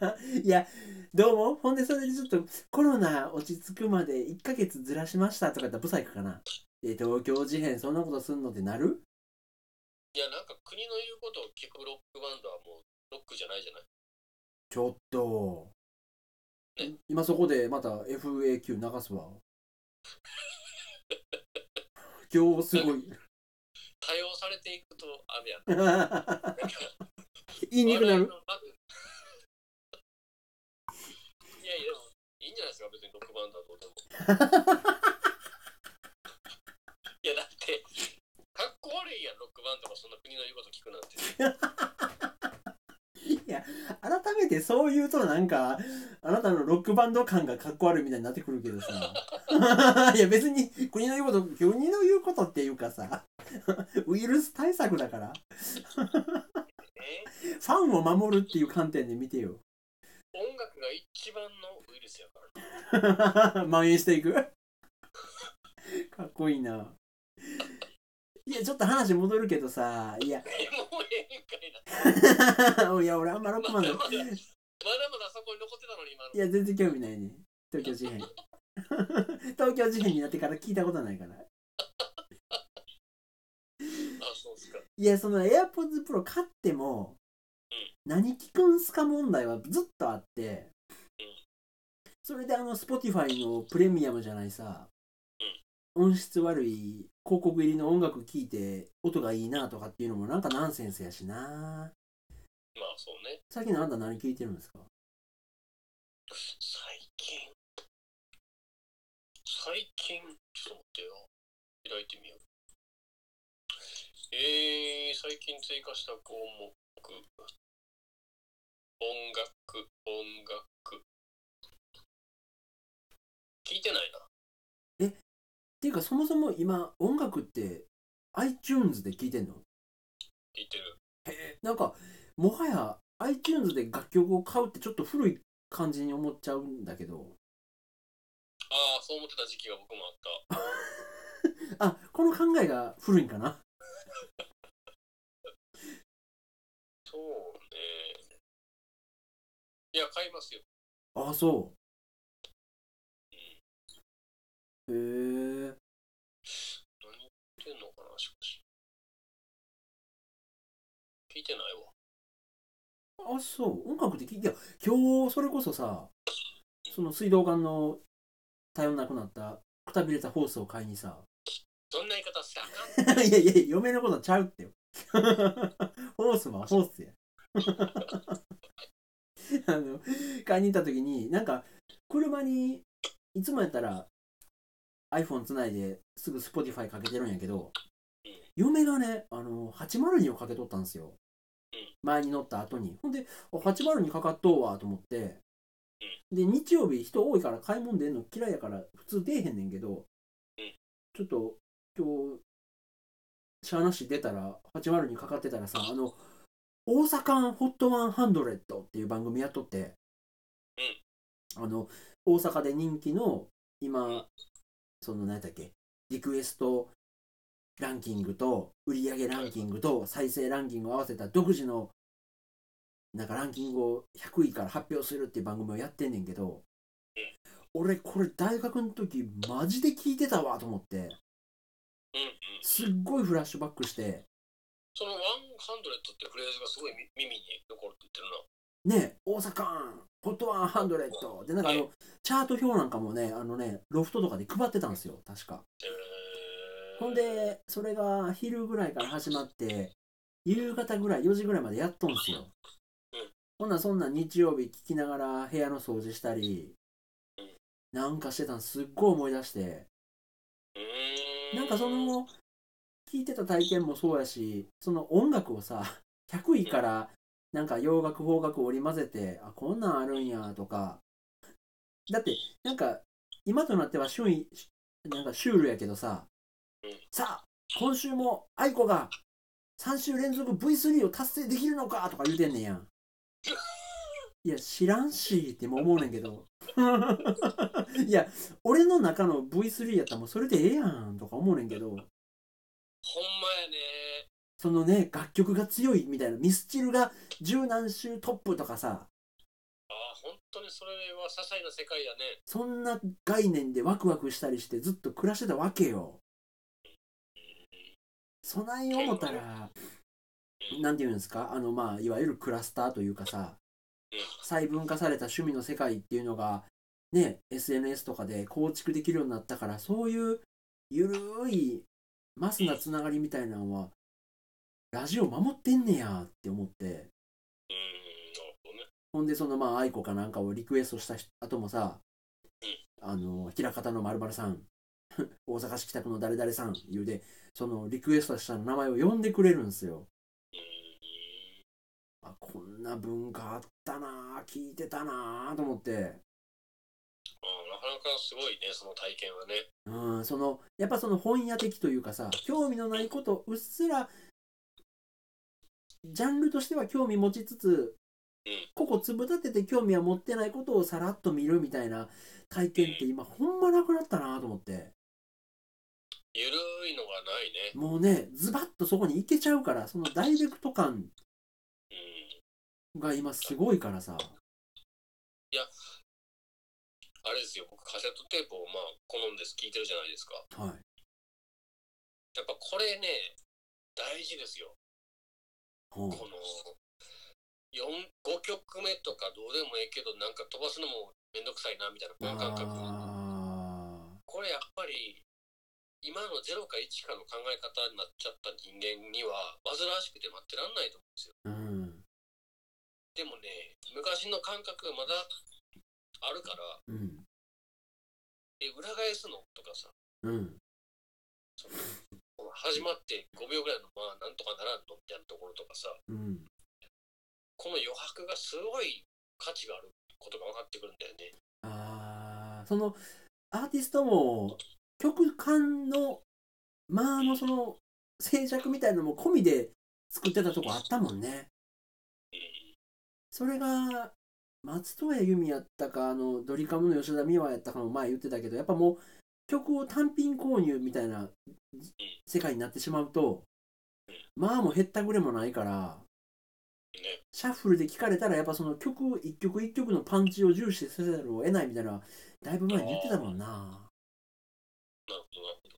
S1: あ いやどうもほんでそれでちょっとコロナ落ち着くまで1ヶ月ずらしましたとか言ったらブサイクかなで東京事変そんなことすんのってなる
S2: いやなんか国の言うことを聞くロックバンドはもうロックじゃないじゃない
S1: ちょっと
S2: え
S1: 今そこでまた FAQ 流すわ 今日すごい
S2: 多用されていくとあれや
S1: 言いにくくな
S2: 笑い
S1: る
S2: のバグいやいや、いいんじゃないですか、別にロックバンドはどうでも。いや、だって、かっこ悪いやん、ロックバンドがそんな国の言うこと聞くなんて。
S1: いや改めてそう言うとなんかあなたのロックバンド感がかっこ悪いみたいになってくるけどさいや別に国の言うこと国の言うことっていうかさウイルス対策だから
S2: え
S1: ファンを守るっていう観点で見てよ
S2: 音楽が一番のウイルスやから。
S1: 蔓延していくかっこいいないやちょっと話戻るけどさいや
S2: も うええんかいな。
S1: いや俺あんまロック
S2: ま
S1: バン
S2: だ
S1: ド
S2: まだ、まだまだそこに残ってたのに、今の。
S1: いや全然興味ないね東京事変東京事変になってから聞いたことないから
S2: あ、そうっすか。
S1: いやその AirPods Pro 買っても、何聞くんすか問題はずっとあって、
S2: うん
S1: それであの Spotify のプレミアムじゃないさ、音質悪い広告入りの音楽聞いて音がいいなとかっていうのもなんかナンセンスやしな
S2: まあ、そうね。
S1: さっきのあんた何聞いてるんですか
S2: 最近。最近、ちょっと待ってよ。開いてみよう。えー、最近追加した項目。音楽、音楽。聞いてないな。
S1: っていうかそもそも今音楽って iTunes で聞いてんの
S2: 聞いてる。
S1: なんかもはや iTunes で楽曲を買うってちょっと古い感じに思っちゃうんだけど
S2: ああ、そう思ってた時期が僕もあった。
S1: あこの考えが古いんかな
S2: そうね。いや、買いますよ。
S1: あそうへえ
S2: 何言ってんのかな、しかし。聞いてないわ。
S1: あそう音楽って聞いいや今日それこそさその水道管の頼んなくなったくたびれたホースを買いにさ
S2: そんな言い方したらあかん
S1: いや いや嫁のことちゃうってよ ホースはホースや あの買いに行った時になんか車にいつもやったら iPhone つないですぐ Spotify かけてるんやけど
S2: うん
S1: 嫁がねあの802をかけとったんですよ
S2: うん
S1: 前に乗った後にほんであ802かかっとうわと思ってで日曜日人多いから買い物出んの嫌いやから普通出えへんねんけど
S2: うん
S1: ちょっと今日しゃあなし出たら802かかってたらさあの大阪ホットワンハンドレッドっていう番組やっとって、あの大阪で人気の今その何やったっけリクエストランキングと売り上げランキングと再生ランキングを合わせた独自のなんかランキングを100位から発表するっていう番組をやってんねんけど
S2: うん
S1: 俺これ大学の時マジで聞いてたわと思って
S2: うんうん、
S1: すっごいフラッシュバックして
S2: その100ってフレーズがすごいみ耳に残ってってるな。
S1: ね大阪ホットワンハンドレッドでなんかあのチャート表なんかもねあのねロフトとかで配ってたんですよ確か
S2: えー
S1: ほんでそれが昼ぐらいから始まって夕方ぐらい4時ぐらいまでやっとんすよ
S2: うん
S1: ほんならそんなん日曜日聞きながら部屋の掃除したり
S2: うん
S1: なんかしてたんすっごい思い出して
S2: ーん
S1: なんかそ
S2: うん
S1: の聞いてた体験もそうやしその音楽をさ100位からなんか洋楽邦楽織り交ぜてあこんなんあるんやとかだってなんか今となっては周囲なんかシュールやけどさ、
S2: うん
S1: さあ今週も愛子が3週連続 V3 を達成できるのかとか言うてんね んやんいや知らんしっても思うねんけど いや俺の中の V3 やったらもうそれでええやんとか思うねんけど
S2: ほんまやね
S1: そのね楽曲が強いみたいなミスチルが十何週トップとかさ
S2: ああ本当にそれは些細な世界やね
S1: そんな概念でワクワクしたりしてずっと暮らしてたわけよそない思ったらなんていうんですかあのまあいわゆるクラスターというかさ細分化された趣味の世界っていうのがね SNS とかで構築できるようになったからそういうゆるいマスなつながりみたいなのはラジオ守ってんねやって思って
S2: うんなるほどね
S1: ほんでそのまあ愛子かなんかをリクエストした後もさあの平方のまるさん 大阪市北区の誰々さん言うでそのリクエストした名前を呼んでくれるんですよ
S2: うん
S1: あこんな文化あったなあ聞いてたなあと思って
S2: ああなかなかすごいねその体験はね
S1: うん、そのやっぱその本屋的というかさ興味のないことをうっすらジャンルとしては興味持ちつつ
S2: うん
S1: ここつぶ立てて興味は持ってないことをさらっと見るみたいな体験って今ほんまなくなったなと思って
S2: ゆるいのがないね
S1: もうねズバッとそこに行けちゃうからそのダイレクト感
S2: うん
S1: が今すごいからさ
S2: あれですよ僕カセットテープをまあ好んです聞いてるじゃないですか
S1: はい
S2: やっぱこれね大事ですよ
S1: ほう
S2: この5曲目とかどうでもええけどなんか飛ばすのもめんどくさいなみたいなこの感覚
S1: あ
S2: これやっぱり今の0か1かの考え方になっちゃった人間には煩わしくて待ってらんないと思うんですよ
S1: ー
S2: で
S1: うん
S2: もね昔の感覚がまだあるから
S1: うん
S2: え裏返すのとかさ
S1: うん
S2: 始まって5秒ぐらいのまあなんとかならんのみたいなところとかさ
S1: うん
S2: この余白がすごい価値があることが分かってくるんだよね。
S1: あーそのアーティストも曲間のまあのその静寂みたいなのも込みで作ってたとこあったもんねそれが松任谷由実やったかあのドリカムの吉田美和やったかも前言ってたけどやっぱもう曲を単品購入みたいな世界になってしまうとまあもうへったくれもないから
S2: ね。
S1: シャッフルで聞かれたらやっぱその曲一曲一曲のパンチを重視せざるを得ないみたいなだいぶ前に言ってたもんな
S2: なるほど、なるほど。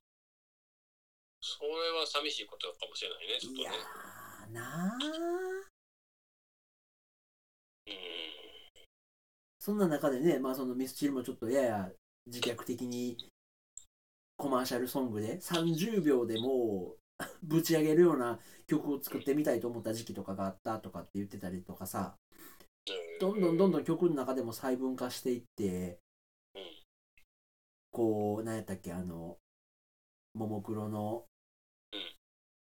S2: それは寂しいことかもしれないね、ちょっ
S1: い
S2: と
S1: や
S2: ね。
S1: ーなあ
S2: うん。
S1: そんな中でねまあそのミスチルもちょっとやや自虐的にコマーシャルソングで30秒でもう ぶち上げるような曲を作ってみたいと思った時期とかがあったとかって言ってたりとかさどんどんど
S2: ど
S1: ん
S2: ん。
S1: どん曲の中でも細分化していって
S2: うん
S1: こう何やったっけあのももクロの
S2: うん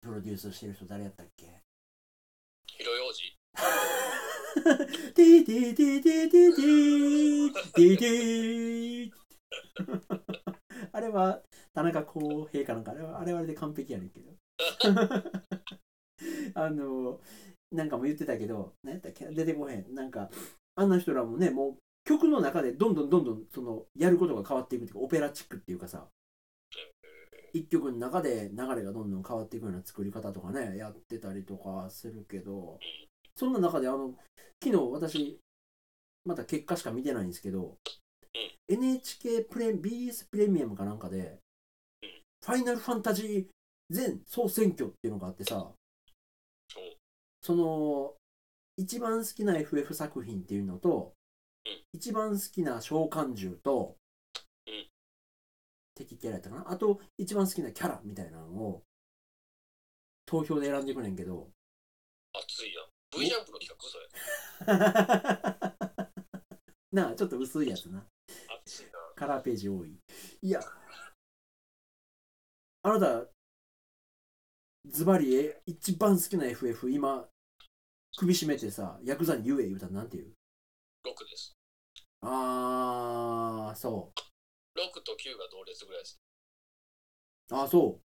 S1: プロデュースしてる人誰やったっけ
S2: 広用事。
S1: ててててててててあれは田中康平かなんかあれはあれはあれで完璧やねんけどあのなんかも言ってたけど何やったっけ出てこへんなんかあんな人らもねもう曲の中でどんどんどんどんそのやることが変わっていくっていうかオペラチックっていうかさ一曲の中で流れがどんどん変わっていくような作り方とかねやってたりとかするけどそんな中であの昨日私まだ結果しか見てないんですけど NHK プレ BS プレミアムかなんかで
S2: うん
S1: 「ファイナルファンタジー全総選挙」っていうのがあってさ
S2: うん
S1: その一番好きな FF 作品っていうのと
S2: うん
S1: 一番好きな召喚獣と
S2: うん
S1: 敵キャラやったかなあと一番好きなキャラみたいなのを投票で選んでいくねんけど
S2: 熱いやん。V ジャンプの企画、それ。
S1: なあちょっと薄いやつな
S2: 熱いな。
S1: カラーページ多いいやあなた、ズバリえ一番好きな FF、今、首絞めてさ、ヤクザに言え言うたらなんて言う
S2: 6です。
S1: あー、そ
S2: 6と9が同列ぐらいです。
S1: う。あー、そ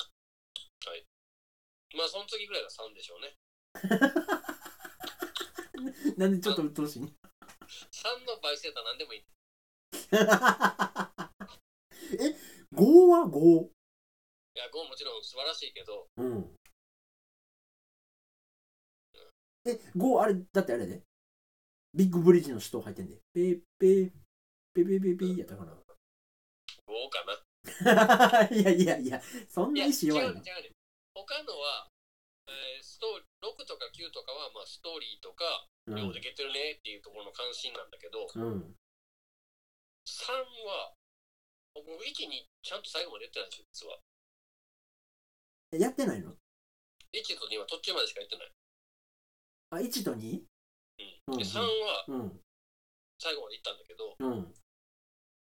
S2: まあ、その次ぐらいが3でしょうね。
S1: う。なんでちょっと鬱陶しいね
S2: 3の倍数だったら何でもいい。
S1: え、5は 5?
S2: いや、5もちろん素晴らしいけど、
S1: うん。え、5あれ、だってあれやで。ビッグブリッジの首都入ってんで。ペーペー、ペーペーペーペーやったかな。
S2: 5かな。
S1: いやいやいや、そん
S2: いや、
S1: な意志
S2: 違う
S1: 弱
S2: ね、違
S1: いうな。
S2: ね。他のは、えーストーリー6とか9とかは、まあ、ストーリーとか、
S1: う
S2: ようんで。きてるねっていうところの関心なんだけど、
S1: うん、
S2: 3は、僕、1にちゃんと最後までやってないんですよ、実は。
S1: えやってないの
S2: 1と2は途中までしかやってない。
S1: あ、1と 2?
S2: うん、で
S1: うんうん
S2: 3は
S1: うん。
S2: 最後まで行ったんだけど、
S1: うん。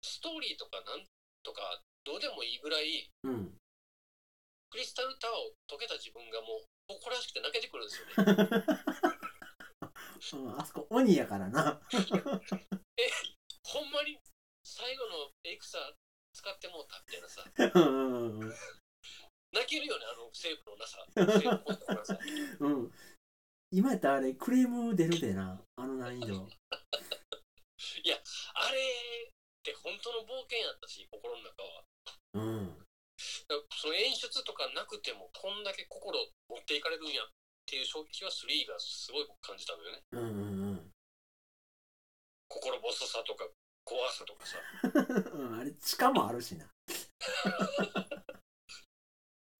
S2: ストーリーとかなんとかどうでもいいぐらい、
S1: うん。
S2: クリスタルタワーを溶けた自分がもう誇らしくて泣けてくるんですよ ね。
S1: うん、あそこ鬼やからな。
S2: ほんまに最後のエクサ使ってもうたみたいなさ、
S1: うんうん
S2: 泣けるよね、あのセーブのなさ。セーブのなさ。
S1: うん。うん今やったらあれ、クレーム出るでな、あの難易度。
S2: いや、あれって本当の冒険やったし、心の中は。
S1: うん。
S2: だからその演出とかなくてもこんだけ心持っていかれるんやっていう衝撃は3がすごい僕感じたのよね
S1: うんうん
S2: 心細さとか怖さとかさ
S1: うん。うん、あれ、地下もあるしな。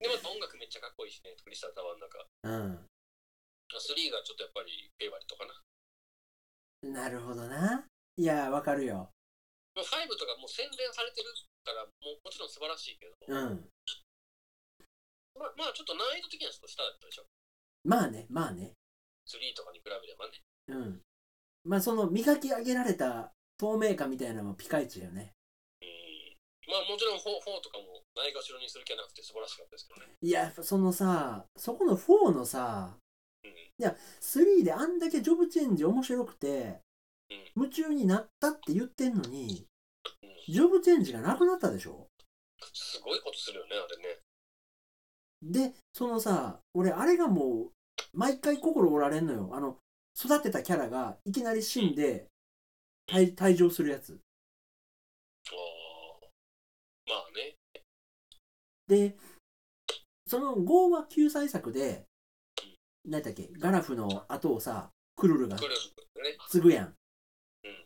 S2: でまた音楽めっちゃかっこいいしねクリスタルタワーの中
S1: うん。
S2: 3がちょっとやっぱりフェイバリットかな
S1: なるほどな。いや、わかるよ。
S2: もう5とかもう洗練されてるからもうもちろん素晴らしいけど、
S1: うん。
S2: まあ、まあちょっと難易度的にはちょっと下だったでしょ
S1: まあね、まあね。
S2: 3とかに比べればね
S1: うん。まあ、その、磨き上げられた透明感みたいなのもピカイチだよね。
S2: うんまあもちろん 4, 4とかもないがしろにする気はなくて素晴らしかったですけどね
S1: いや、そのさ、そこの4のさ、
S2: うん
S1: いや、3であんだけジョブチェンジ面白くて、夢中になったって言ってんのに、
S2: うん
S1: ジョブチェンジがなくなったでしょ
S2: すごいことするよねあれね
S1: で、そのさ、俺、あれがもう、毎回心折られんのよ。あの、育てたキャラがいきなり死んで、退退場するやつ。
S2: ああまあね
S1: で、その5は救済策で、何だっけ、ガラフの後をさ、クルルが
S2: クルーズね
S1: 継ぐやん
S2: うん。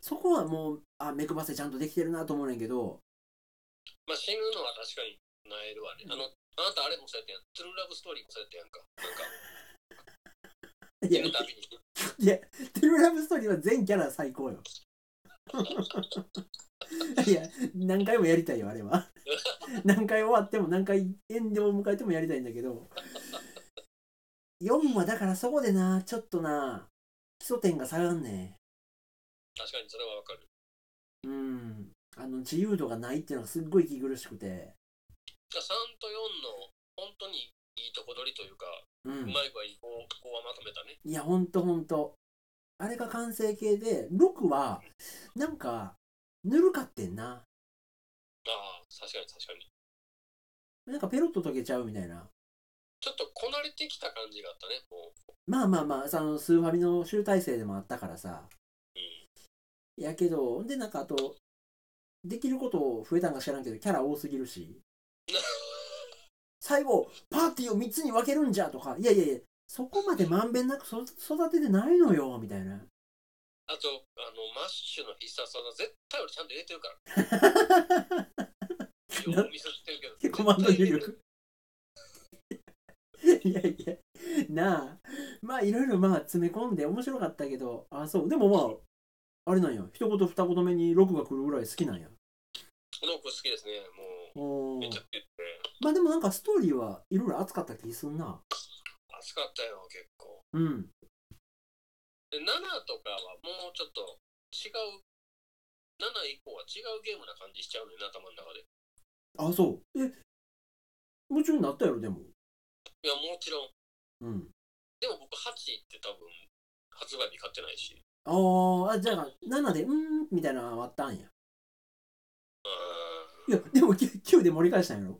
S1: そこはもう、あ、目くばせちゃんとできてるなと思うねんけ ど、
S2: まあ死ぬのは確かになえるわねあのあなたあれもそうやってやんトゥルーラブストーリーもそうやってやんかなんか
S1: い
S2: 死
S1: や、
S2: ぬ
S1: い
S2: たびに
S1: や、テルラブストーリーは全キャラ 最高よ。いや、何回もやりたいよ、あ れは。何回終わっても、何回エンディングを迎えてもやりたいんだけど、4はだからそこでな、ちょっとな、基礎点が下がんね
S2: 確かにそれはわかる
S1: ん。うん。あの、自由度がないっていうのがすっごい息苦しくて。
S2: じゃあ3と4の本当にいいとこ取りというか、
S1: う。
S2: うんまい具合にこうここはまとめたね
S1: いや、ほんとほんと。あれが完成形で、6は、なんか、ぬるかってんな。
S2: ああ確かに確かに
S1: なんかペロッと溶けちゃうみたいな。
S2: ちょっとこなれてきた感じがあったねもう
S1: まあまあまあ、そのスーファミの集大成でもあったからさ。
S2: うん
S1: やけど、で、なんかあと、できること増えたんか知らんけど、キャラ多すぎるし。最後、パーティーを3つに分けるんじゃとか、いやいやいや、そこまでまんべんなくそ育ててないのよ、みたいな。
S2: あとあのマッシュの必殺技絶対俺ちゃんと入れてるから よう見せてるけど絶
S1: コマンド
S2: 対入
S1: 入
S2: れてる
S1: 力。 いやいや、なあ、まあいろいろまあ詰め込んで面白かったけど、あ、そう、でもまあ、あれなんや、一言二言目に6が来るぐらい好きなんや。
S2: ノーク好きですねもう
S1: おー
S2: めっちゃ好きですね
S1: まあでもなんかストーリーはいろいろ熱かった気すんな。
S2: 暑かったよ結構
S1: うん。
S2: で7とかはもうちょっと違う7以降は違うゲームな感じしちゃうのよね頭の中で
S1: あ、そう。え、夢中になったやろでも
S2: いや、もちろん。
S1: うん
S2: でも僕、8って多分、発売日買ってないし。
S1: ああじゃあ7で「うーん」みたいなのがあったんや
S2: うーん。
S1: いやでも 9, 9で盛り返したんやろ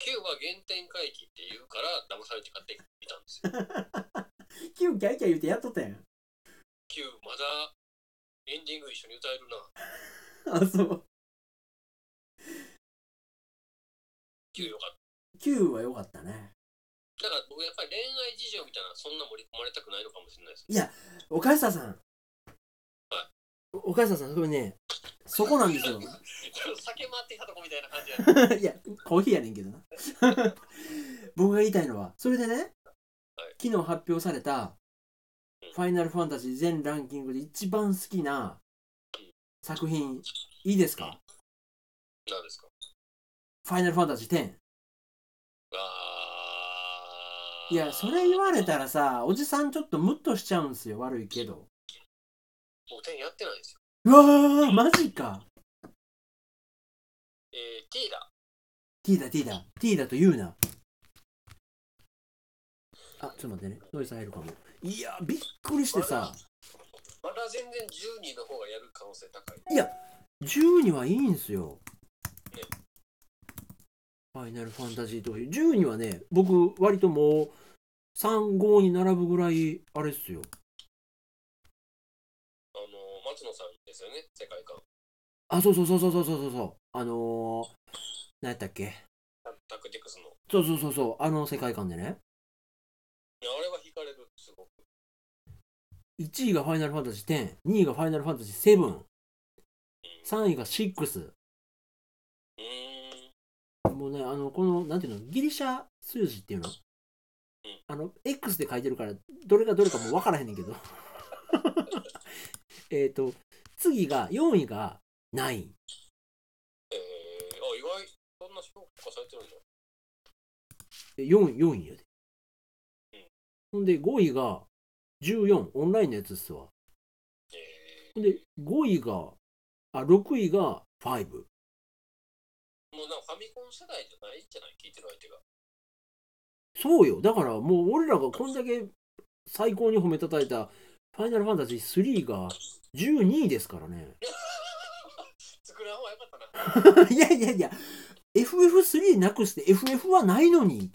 S2: 9は原点回帰って言うから、騙されて買ってみたんですよ。
S1: 9キャイキャ言うてやっとったやん
S2: 9、まだ、エンディング一緒に歌えるな。
S1: あそう
S2: 9よかっ
S1: 9は良かったね
S2: た。だから僕、やっぱり恋愛事情みたいな、そんな盛り込まれたくないのかもしれないですね。
S1: 岡下さんお岡下さんそれねそこなんですよ
S2: 酒回ってきたとこみたいな感じやね。
S1: いやコーヒーやねんけどな 僕が言いたいのはそれでね
S2: はい
S1: 昨日発表された
S2: うん
S1: 「ファイナルファンタジー」全ランキングで一番好きな作品いいですか
S2: 何ですか
S1: 「ファイナルファンタジー10」
S2: あー
S1: いやそれ言われたらさおじさんちょっとムッとしちゃうんすよ悪いけど
S2: もう点やってないんですよ。
S1: うわーマジか
S2: えー、ティーラ。
S1: ティーダティーダティーダと言うなあちょっと待ってねノイズ入るかもいやびっくりしてさ
S2: まだ全然10人の方がやる可能性高い。
S1: いや12はいいんすよファイナルファンタジーと12はね僕割ともう35に並ぶぐらいあれっすよ
S2: あのー、松野さんですよね、世界観。
S1: あそうそうそうそうそうそうそうそうあのー、何やったっけ
S2: タタクティクスの。
S1: そうそうそうそうあの世界観でね
S2: いや、あれは惹かれる、すごく。
S1: 1位がファイナルファンタジー102位がファイナルファンタジー
S2: う
S1: 73位が6
S2: ん。うーん
S1: もうねあのこのなんていうのギリシャ数字っていうの
S2: ん
S1: あの X で書いてるからどれがどれかもう分からへんねんけど えっと次が4位が9位
S2: えー、あ、意外、そんな評価されてるんだ。
S1: 4位4位やで
S2: うん
S1: ほんで5位が14オンラインのやつっすわ
S2: え
S1: ほんで5位があ6位が5
S2: ー、もうなんかファミコン世代じゃないんじゃない聞いてる相手が。
S1: そうよ。だからもう俺らがこんだけ最高に褒めたたえたファイナルファンタジー3が12位ですからね。
S2: 作らん方がよかったな。
S1: いやいやいや、FF3 なくして FF はないのに。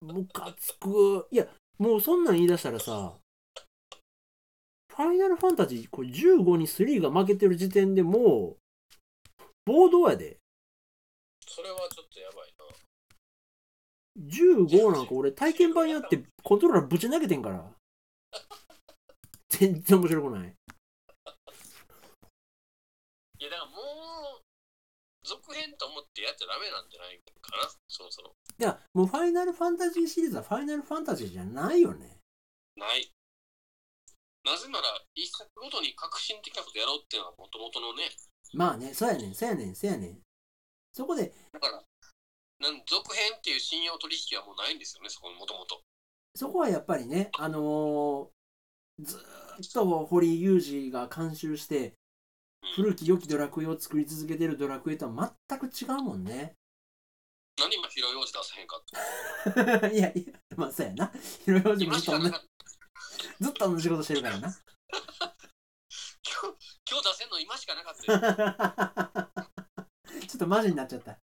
S1: ムカつく。いや、もうそんなん言い出したらさ、ファイナルファンタジーこれ15に3が負けてる時点でもう、暴動やで。
S2: それはちょっとやばいな。
S1: 15なんか俺体験版やってコントローラーぶち投げてんから全然面白くない
S2: いや、だからもう、続編と思ってやっちゃダメなんじゃないかな、そろそろ。
S1: いやもうファイナルファンタジーシリーズはファイナルファンタジーじゃないよね
S2: ない。なぜなら、一作ごとに革新的なことやろうっていうのはもともとのね、
S1: まあねそうやねんそうやねんそうやねんそこで
S2: だから、なん続編っていう信用取引はもうないんですよね、そこにもともと。
S1: そこはやっぱりねあのーずーっと堀井雄二が監修して古き良きドラクエを作り続けてるドラクエとは全く違うもんね
S2: 何今、広い王子出せへんかって。
S1: いやいやまあそうやな広い雄二も
S2: 今
S1: ず
S2: し
S1: っ
S2: か
S1: と同
S2: な
S1: じ
S2: かった
S1: ずっと同じことしてるからな
S2: 今日、今日出せんの今しかなかったよ。
S1: ちょっとマジになっちゃった。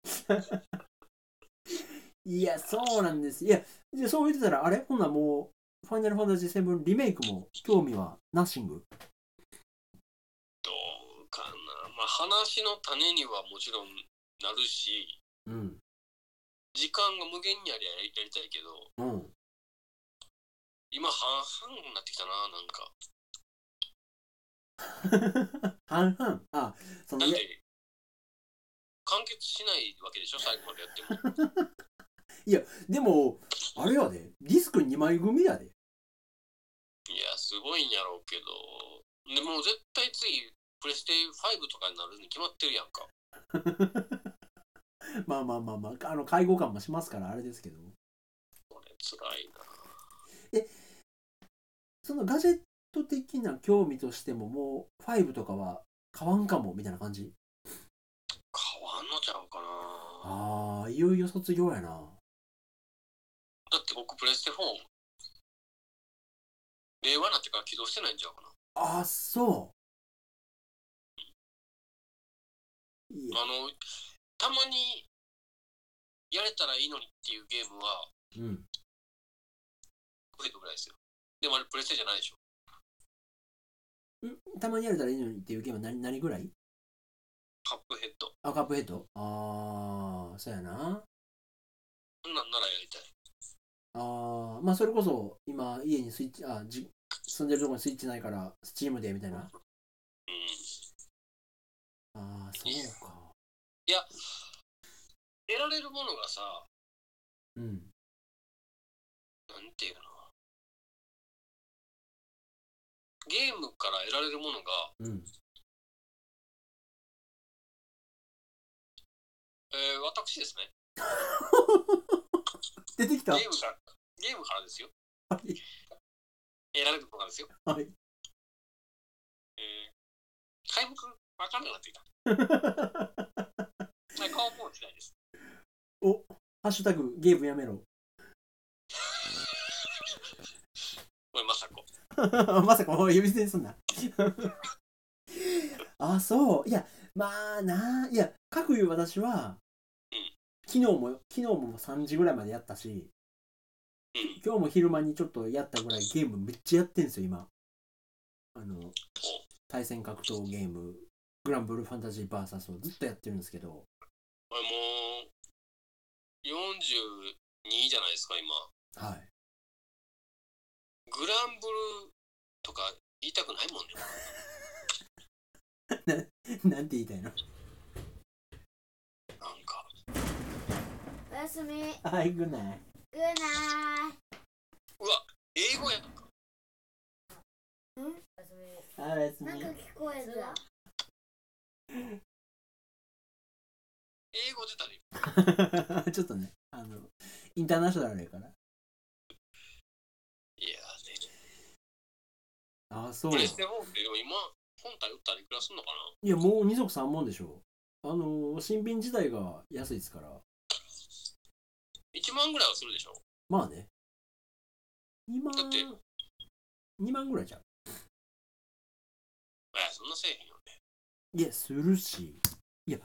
S1: いや、そうなんです。いや、じゃあそう言ってたら、あれほんならもう、ファイナルファンタジー7リメイクも興味はナッシング。
S2: どうかな。まあ、話の種にはもちろんなるし、
S1: うん。
S2: 時間が無限にありゃやりやりたいけど、
S1: うん。
S2: 今半々になってきたな、なんか。
S1: 半々。あ、そ
S2: だっ
S1: のいや
S2: て、完結しないわけでしょ、最後までやっても。
S1: でも、あれやで、ディスク2枚組やで。
S2: いや、すごいんやろうけど、でもう絶対次、プレステ5とかになるに決まってるやんか。
S1: まあまあまあまあ、あの、介護感もしますから、あれですけど。
S2: これ、辛いな。
S1: そのガジェット的な興味としても、もう5とかは買わんかも、みたいな感じ。
S2: 変わんのちゃうかな。だ
S1: ああ、いよいよ卒業やな。
S2: って僕、プレステ4、令和になってから起動してないんちゃうかな。
S1: ああ、そう。いいや。
S2: あの、たまに、やれたらいいのにっていうゲームは、
S1: うん。
S2: クリックぐらいですよ。でもあれ、プレステじゃないでしょ。
S1: んたまにやれたらいいのにっていうゲームは何何ぐらい
S2: カップヘッド。
S1: あ、カップヘッドああ、そうやな。
S2: そんなんならやりたい。
S1: ああ、まあそれこそ今家にスイッチ、あ、じ住んでるとこにスイッチないから、スチームでみたいな。
S2: うん。
S1: ああ、そうか。
S2: いや、得られるものがさ、
S1: うん。
S2: なんていうのゲームから得られるものが、
S1: うん。
S2: えー私ですね。
S1: 出てきた
S2: ゲームから、ゲームからですよ。
S1: はい。
S2: 得られるものがですよ。
S1: はい。
S2: えー、開幕わかんなくなってきた。なんか高校時代です。
S1: ハッシュタグ、ゲームやめろ。
S2: これまさこ。
S1: まさかおい呼び捨てにすんな。 あ、そう。いや、まあな。いや、かくいう私は
S2: うん、
S1: 昨日も、昨日も3時ぐらいまでやったし、
S2: うん。
S1: 今日も昼間にちょっとやったぐらいゲームめっちゃやってんすよ、今。あの、対戦格闘ゲーム、グランブルーファンタジー VS をずっとやってるんですけど、
S2: これもう、42じゃないですか、今。
S1: はい。
S2: グランブルーとか言いたくないもんね。
S1: なんて言い たいの
S2: なんか。
S3: おやすみ。グー
S1: はい、グナイ。
S3: ナイ。
S2: 英語やんか。
S3: おやすみ。
S1: あれです
S3: なんか
S1: ね。
S3: 聞こえた。
S2: 英語出たら
S1: ちょっとね、あの、インターナショナルやか
S2: い
S1: ら。
S2: やーね。
S1: あ、そ う
S2: プ。レステ4ってでも今、本体売ったらいくらすんのかない
S1: や、もう二足三問でしょ。あのー、新品自体が安いですから。
S2: ?1 万ぐらいはするでしょ
S1: まあね。2万
S2: だって、
S1: 2万ぐらいじゃん。
S2: いや、そんなせえへんよね。
S1: いや、するし。いや、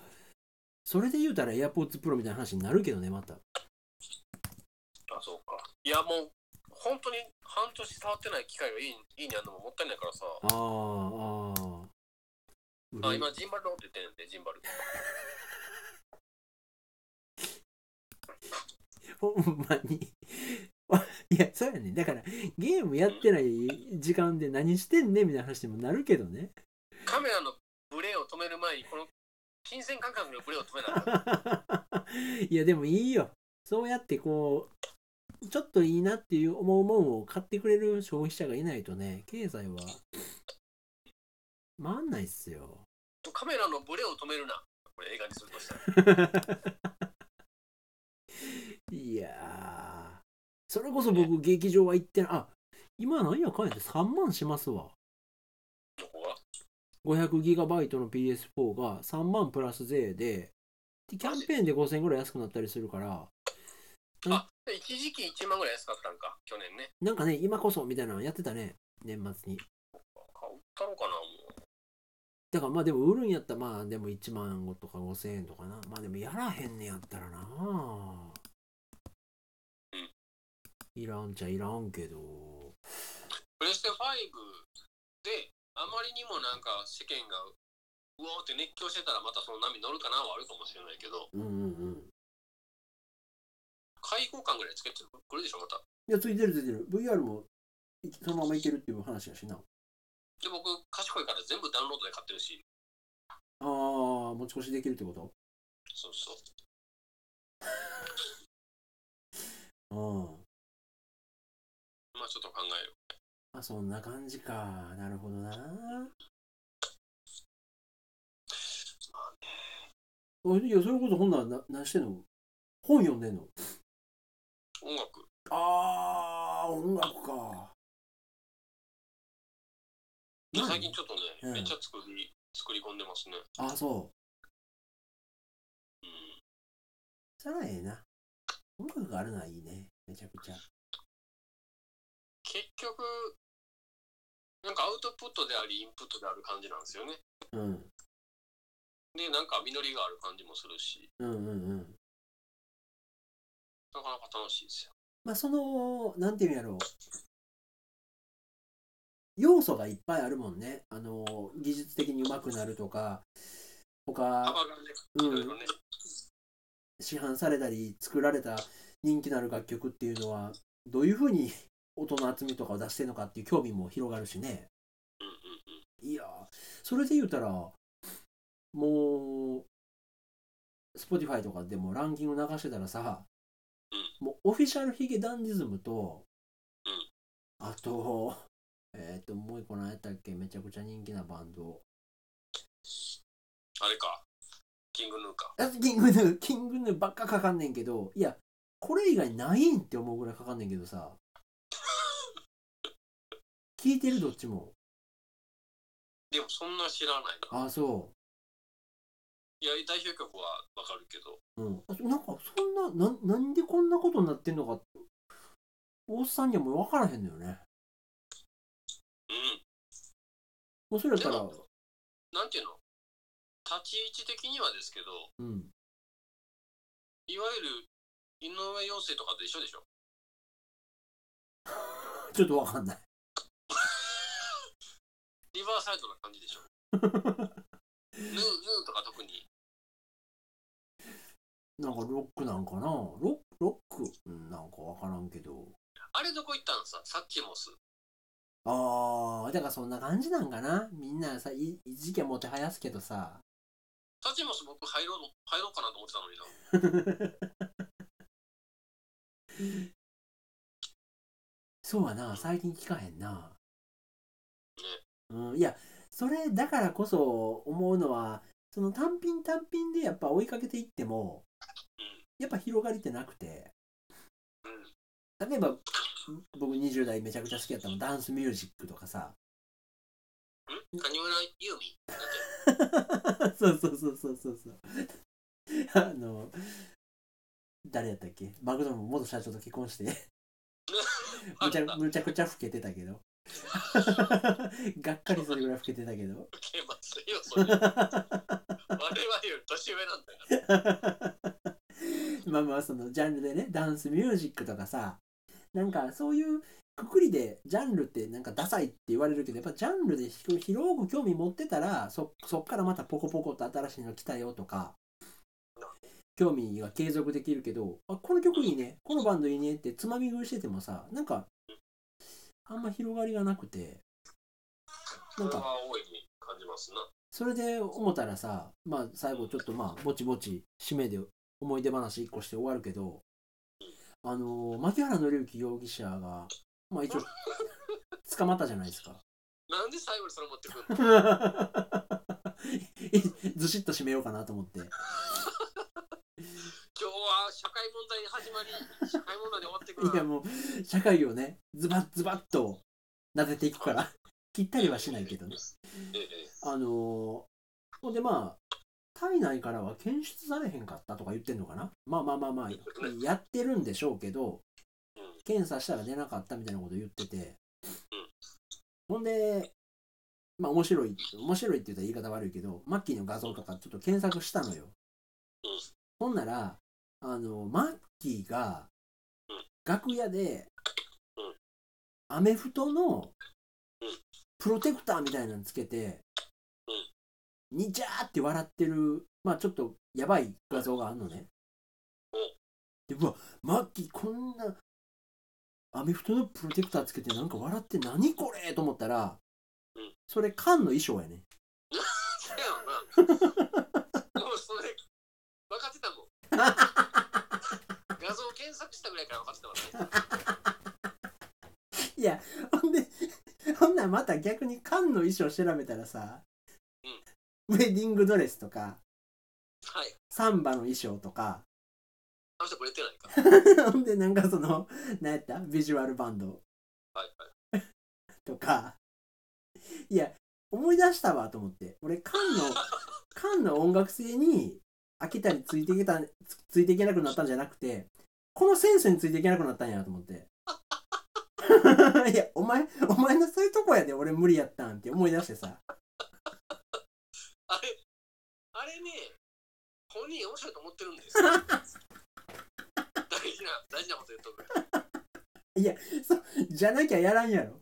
S1: それで言うたら AirPods Pro みたいな話になるけどね、また。
S2: あ、そうか。いや、もう、本当に半年触ってない機械がいいいいにあんのももったいないからさ。
S1: あー、あー。うる
S2: あ、今、ジンバルのこと言ってんねんで、ジンバル。
S1: ほんまに。 わいや、そうやね。だから、ゲームやってない時間で何してんねみたいな話にもなるけどね。
S2: カメラのブレを止める前に、この金銭感覚のブレを止めなあかん
S1: いや、でもいいよ。そうやってこう、ちょっといいなっていう思うもんを買ってくれる消費者がいないとね、経済は回んないっすよ。
S2: カメラのブレを止めるな。これ映画にするとしたら。
S1: いやー、それこそ僕、劇場は行ってなあ、今何やかんやで3万しますわ。
S2: どこが
S1: 500GB の PS4 が3万プラス税で、でキャンペーンで5000円ぐらい安くなったりするから、
S2: あ、で一時期1万ぐらい安かったんか、去年ね。
S1: なんかね、今こそみたいなのやってたね、年末に。
S2: 買ったろうかな、もう。
S1: だからまあでも売るんやったらまあでも1万5とか5000円とかな。まあでもやらへんねやったらなあ
S2: うん。
S1: いらんちゃいらんけど。
S2: プレステ5で、あまりにもなんか世間が、うわーって熱狂してたらまたその波乗るかなはあるかもしれないけど、
S1: うんうんうん。
S2: 開放感ぐらいつけてくるでしょ、また。
S1: いや、ついてるついてる。VR もいそのままいけるっていう話やしな。あ
S2: で、僕、賢いから全部ダウンロードで買ってるし、
S1: あ、持ち越しできるってこと
S2: そうそう。
S1: うん。
S2: まあちょっと考えよう。
S1: まあそんな感じか。なるほどな。あいや、それこそ本ならな何してんの本読んでんの
S2: 音楽、
S1: ああ、音楽か。
S2: 最近ちょっとね、
S1: うん
S2: めっちゃ作り、作り込んでますね。
S1: ああ、そそらええな。音楽があるのはいいね。めちゃくちゃ。
S2: 結局、なんかアウトプットであり、インプットである感じなんですよね。
S1: うん。
S2: で、なんか実りがある感じもするし、
S1: うんうんうん。
S2: なかなか楽しいですよ。
S1: まあその、なんていうんやろう。要素がいっぱいあるもんね。あの、技術的に上手くなるとか、他、
S2: 幅がね、
S1: うん
S2: いろいろね。
S1: 市販されたり作られた人気のある楽曲っていうのは、どういうふうに 音の厚みとかを出してるのかっていう興味も広がるしね。
S2: うんうんうん。
S1: いやーそれで言うたら、もう、Spotify とかでもランキング流してたらさ、もうオフィシャルヒゲダンディズムと、
S2: うん
S1: あと、えっ、と、もう一個何やったっけ、めちゃくちゃ人気なバンド。
S2: あれか、キングヌーか。
S1: あキングヌー、キングヌーばっかかかんねんけど、いや、これ以外ないんって思うぐらいかかんねんけど さ、聞いてるどっちも。
S2: でもそんな知らないな。
S1: ああ、そ
S2: いや、代表曲はわかるけど、
S1: う。うん。あなんか、そんな、なん、なんでこんなことになってんのか、おっさんにはもう分からへんのよね。
S2: うん。
S1: もうそれやっ
S2: で
S1: たら、
S2: も、なんていうの立ち位置的にはですけど、
S1: うん。
S2: いわゆる井上陽水とかと一緒でしょ
S1: ちょっと分かんない。
S2: リバーサイドな感じでしょヌー、ヌーとか特に。
S1: なんかロックなんかなロッロックうんなんか分からんけど。
S2: あれどこ行ったんさサッチモス。
S1: ああ、だからそんな感じなんかなみんなさ、い一時期はもてはやすけどさ。
S2: サッチモス僕入ろうの、入ろうかなと思ってたのにな。
S1: そうやな、最近聞かへんな。うん、いや、それだからこそ思うのは、その単品単品でやっぱ追いかけていっても
S2: うん、
S1: やっぱ広がりってなくて、
S2: うん。
S1: 例えば僕20代めちゃくちゃ好きだったのダンスミュージックとかさ、
S2: ん谷村優 美なんて。
S1: そうそうそうそうそうそう。あの、誰やったっけマクドナルドの元社長と結婚して、むちゃむちゃくちゃ老けてたけど。がっかりするぐらい老けてたけど。
S2: 受けますよ、それ。我々より年上なんだよ。
S1: まあまあそのジャンルでね、ダンスミュージックとかさ、なんかそういうくくりでジャンルってなんかダサいって言われるけど、やっぱジャンルで広広く興味持ってたら、そそっからまたポコポコと新しいの来たよとか、興味が継続できるけど、あ、この曲いいね、このバンドいいねってつまみ食いしててもさ、なんかあんま広がりがなくて、
S2: そ
S1: な
S2: れ
S1: んか
S2: は大いに感じますな。
S1: それで思ったらさ、まあ最後ちょっとまあぼちぼち締めで思い出話1個して終わるけど、あのー牧原紀之容疑者が、まあ一応捕まったじゃないですか。
S2: なんで最後にそれ持ってくるの
S1: ずしっと締めようかなと思って。
S2: 今日は社会問題に始まり、社会問題に終わってくる
S1: いや
S2: な。
S1: もう社会をね、ズバッズバッと撫でていくから、切ったりはしないけどね。
S2: ええ
S1: あのーほんでまあ、体内からは検出されへんかったとか言ってんのかなまあまあまあまあ、やってるんでしょうけど、
S2: うん
S1: 検査したら出なかったみたいなこと言ってて、ほんで、まあ面白い、面白いって言ったら言い方悪いけど、マッキーの画像とかちょっと検索したのよ。
S2: うん
S1: ほんなら、あの、マッキーが
S2: うん
S1: 楽屋で
S2: うん、
S1: アメフトの
S2: うん
S1: プロテクターみたいなのつけて、にじゃーって笑ってる、まあちょっとやばい画像があるのね。で、うわ、マッキーこんなアメフトのプロテクターつけてなんか笑って何これと思ったら、
S2: うん
S1: それ缶の衣装やね。
S2: そやろな。もうそれ、分かってたもん。画像検索したぐらいから分かってたわね。
S1: ほんで、ほんならまた逆に缶の衣装調べたらさ、ウェディングドレスとか、
S2: はい。
S1: サンバの衣装とか、
S2: あの人、これてないか。
S1: ほんでなんかその、何やったビジュアルバンド
S2: はいはい。
S1: とか、いや、思い出したわと思って。俺、缶の、缶の音楽性に飽きたりついていけたつついていけなくなったんじゃなくてこのセンスについていけなくなったんやなと思っていやお前お前のそういうとこやで俺無理やったんって思い出してさ
S2: あれ、あれね、本人面白いと思ってるんですよ。大事な、大事なこと言っとく。
S1: じゃなきゃやらんやろ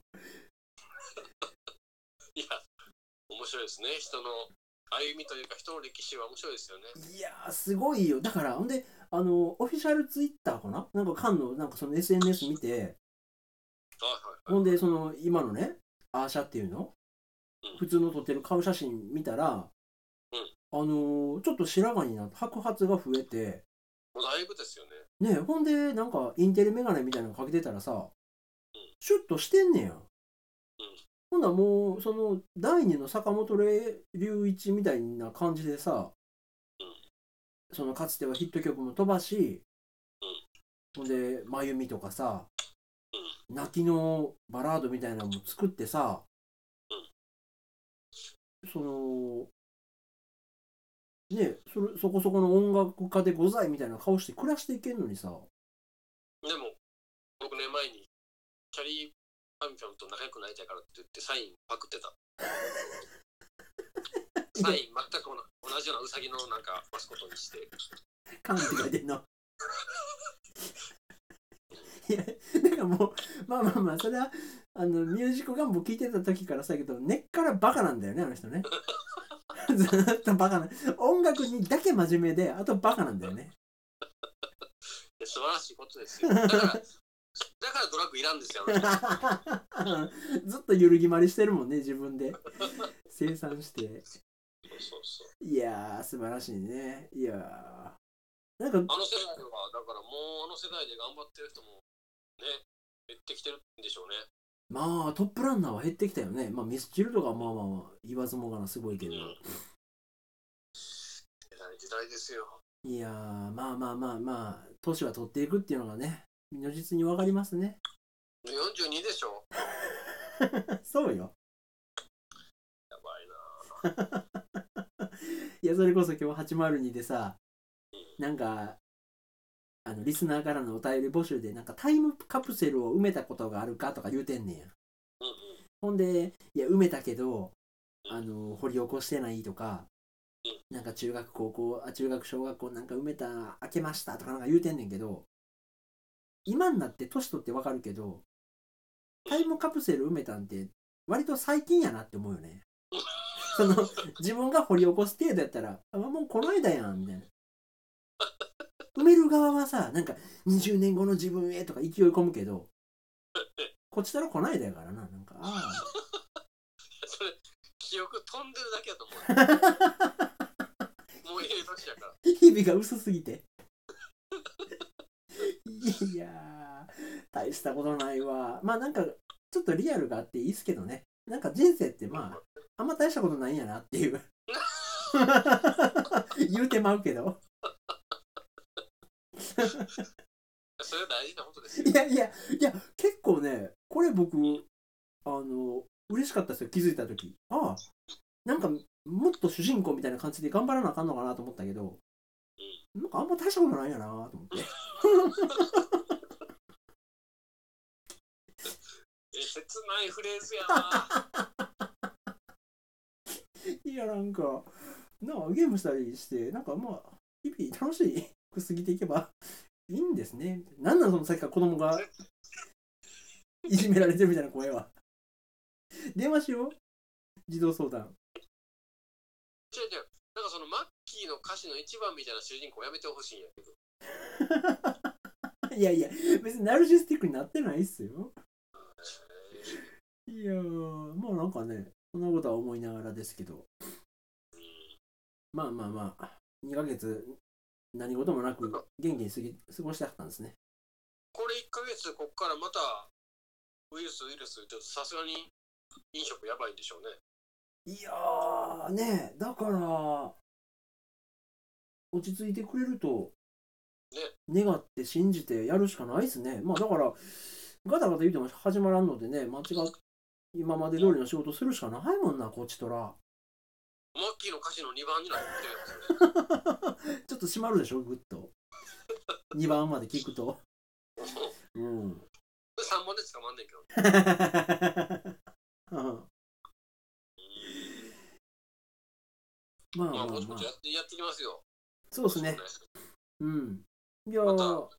S2: いや、面白いですね。人の歩みというか、人の歴史は面白いですよね。
S1: いやーすごいよだからほんであのオフィシャルツイッターかななんか菅のなんかその SNS 見て
S2: はいはい
S1: ほ
S2: はい。
S1: んでその今のねアーシャっていうの
S2: うん
S1: 普通の撮ってる顔写真見たら、
S2: うん
S1: あのーちょっと白髪になって白髪が増えて
S2: もうだいぶですよね。
S1: ねほんでなんかインテリメガネみたいなのかけてたらさ
S2: ん
S1: シュッとしてんねや、ん、ほんならもうその第二の坂本龍一みたいな感じでさ、
S2: うん
S1: そのかつてはヒット曲も飛ばし、ほんで「まゆみ」とかさ、泣きのバラードみたいなのも作ってさ、そのねそれそこそこの音楽家でございみたいな顔して暮らしていけんのにさ
S2: でも、僕ね、前に、キャリーパミュパムと仲良くなりたいからって言って、サインパクってた。サイン全く同同じようなウサギのなんかマスコットにして、
S1: 感じが出んの。いやなんかもうまあまあまあそれはあのミュージックガンボ聞いてた時からさやけど根っからバカなんだよねあの人ねずーっとバカな音楽にだけ真面目であとバカなんだよね
S2: いや素晴らしいことですよ。だから、だからドラッグいらんですよ、あの人
S1: ずっと揺るぎまりしてるもんね自分で生産して
S2: そう そうそう
S1: いやー素晴らしいねいやーなんか
S2: あの世代は、だからもうあの世代で頑張ってる人もね、減ってきてるんでしょうね。
S1: まあトップランナーは減ってきたよねまあミスチルとかはまあまあまあ言わずもがなすごいけど、
S2: うん時代時代ですよ。
S1: いやーまあまあまあまあ年は取っていくっていうのがね如実にわかりますね
S2: 42でしょ
S1: そうよ
S2: やばいな。
S1: いやそれこそ今日802でさなんかあのリスナーからのお便り募集でなんかタイムカプセルを埋めたことがあるかとか言うてんねんや
S2: うんうん。
S1: ほんでいや埋めたけどあの掘り起こしてないとかなんか中学高校あ中学小学校なんか埋めた開けましたとかなんか言うてんねんけど今になって年取ってわかるけどタイムカプセル埋めたんて割と最近やなって思うよねその自分が掘り起こす程度やったらあもうこの間やんみたいな埋める側はさなんか20年後の自分へとか勢い込むけどこっちたらこの間やからななんかああ
S2: それ、記憶飛んでるだけだと思う。もうええ年やから。
S1: 日々が薄すぎていやー大したことないわまあなんかちょっとリアルがあっていいっすけどねなんか人生ってまああんま大したことないんやなっていう言うてまうけど
S2: それは大事なことですよ。
S1: いやいやいや結構ねこれ僕あの嬉しかったですよ気づいた時ああなんかもっと主人公みたいな感じで頑張らなあかんのかなと思ったけどなんかあんま大したことないんやなと思って
S2: え切ないフレーズやな。
S1: いや、なんか、なあ、ゲームしたりして、なんかまあ、日々楽しく過ぎていけばいいんですね。なんなの、そのさっきから子供がいじめられてるみたいな声は。電話しよう。児童相談。
S2: 違う違う。なんかそのマッキーの歌詞の一番みたいな主人公やめてほしいんやけど。
S1: いやいや、別にナルシスティックになってないっすよ。いやー、まあなんかね、そんなことは思いながらですけど。まあまあまあ、2ヶ月、何事もなく、元気に過ぎ過ごしてはったんですね。
S2: これ1ヶ月、こっからまたウイルス、ウイルスって言うとさすがに飲食やばいんでしょうね。
S1: いやーねだから落ち着いてくれると、願って信じてやるしかないですねまあだからガタガタ言うても始まらんのでね間違っ今まで通りの仕事するしかないもんなこっちとら
S2: マッキーの歌詞の2番になってるやんそれ
S1: ちょっと締まるでしょグッと2番まで聞くとうん
S2: 3番で捕まんねんけど
S1: うんまあま
S2: ま
S1: あ
S2: あ
S1: ま
S2: ぼちぼ
S1: あ
S2: ちやってやってきますよ
S1: そうですね
S2: そうね
S1: うんいやー
S2: また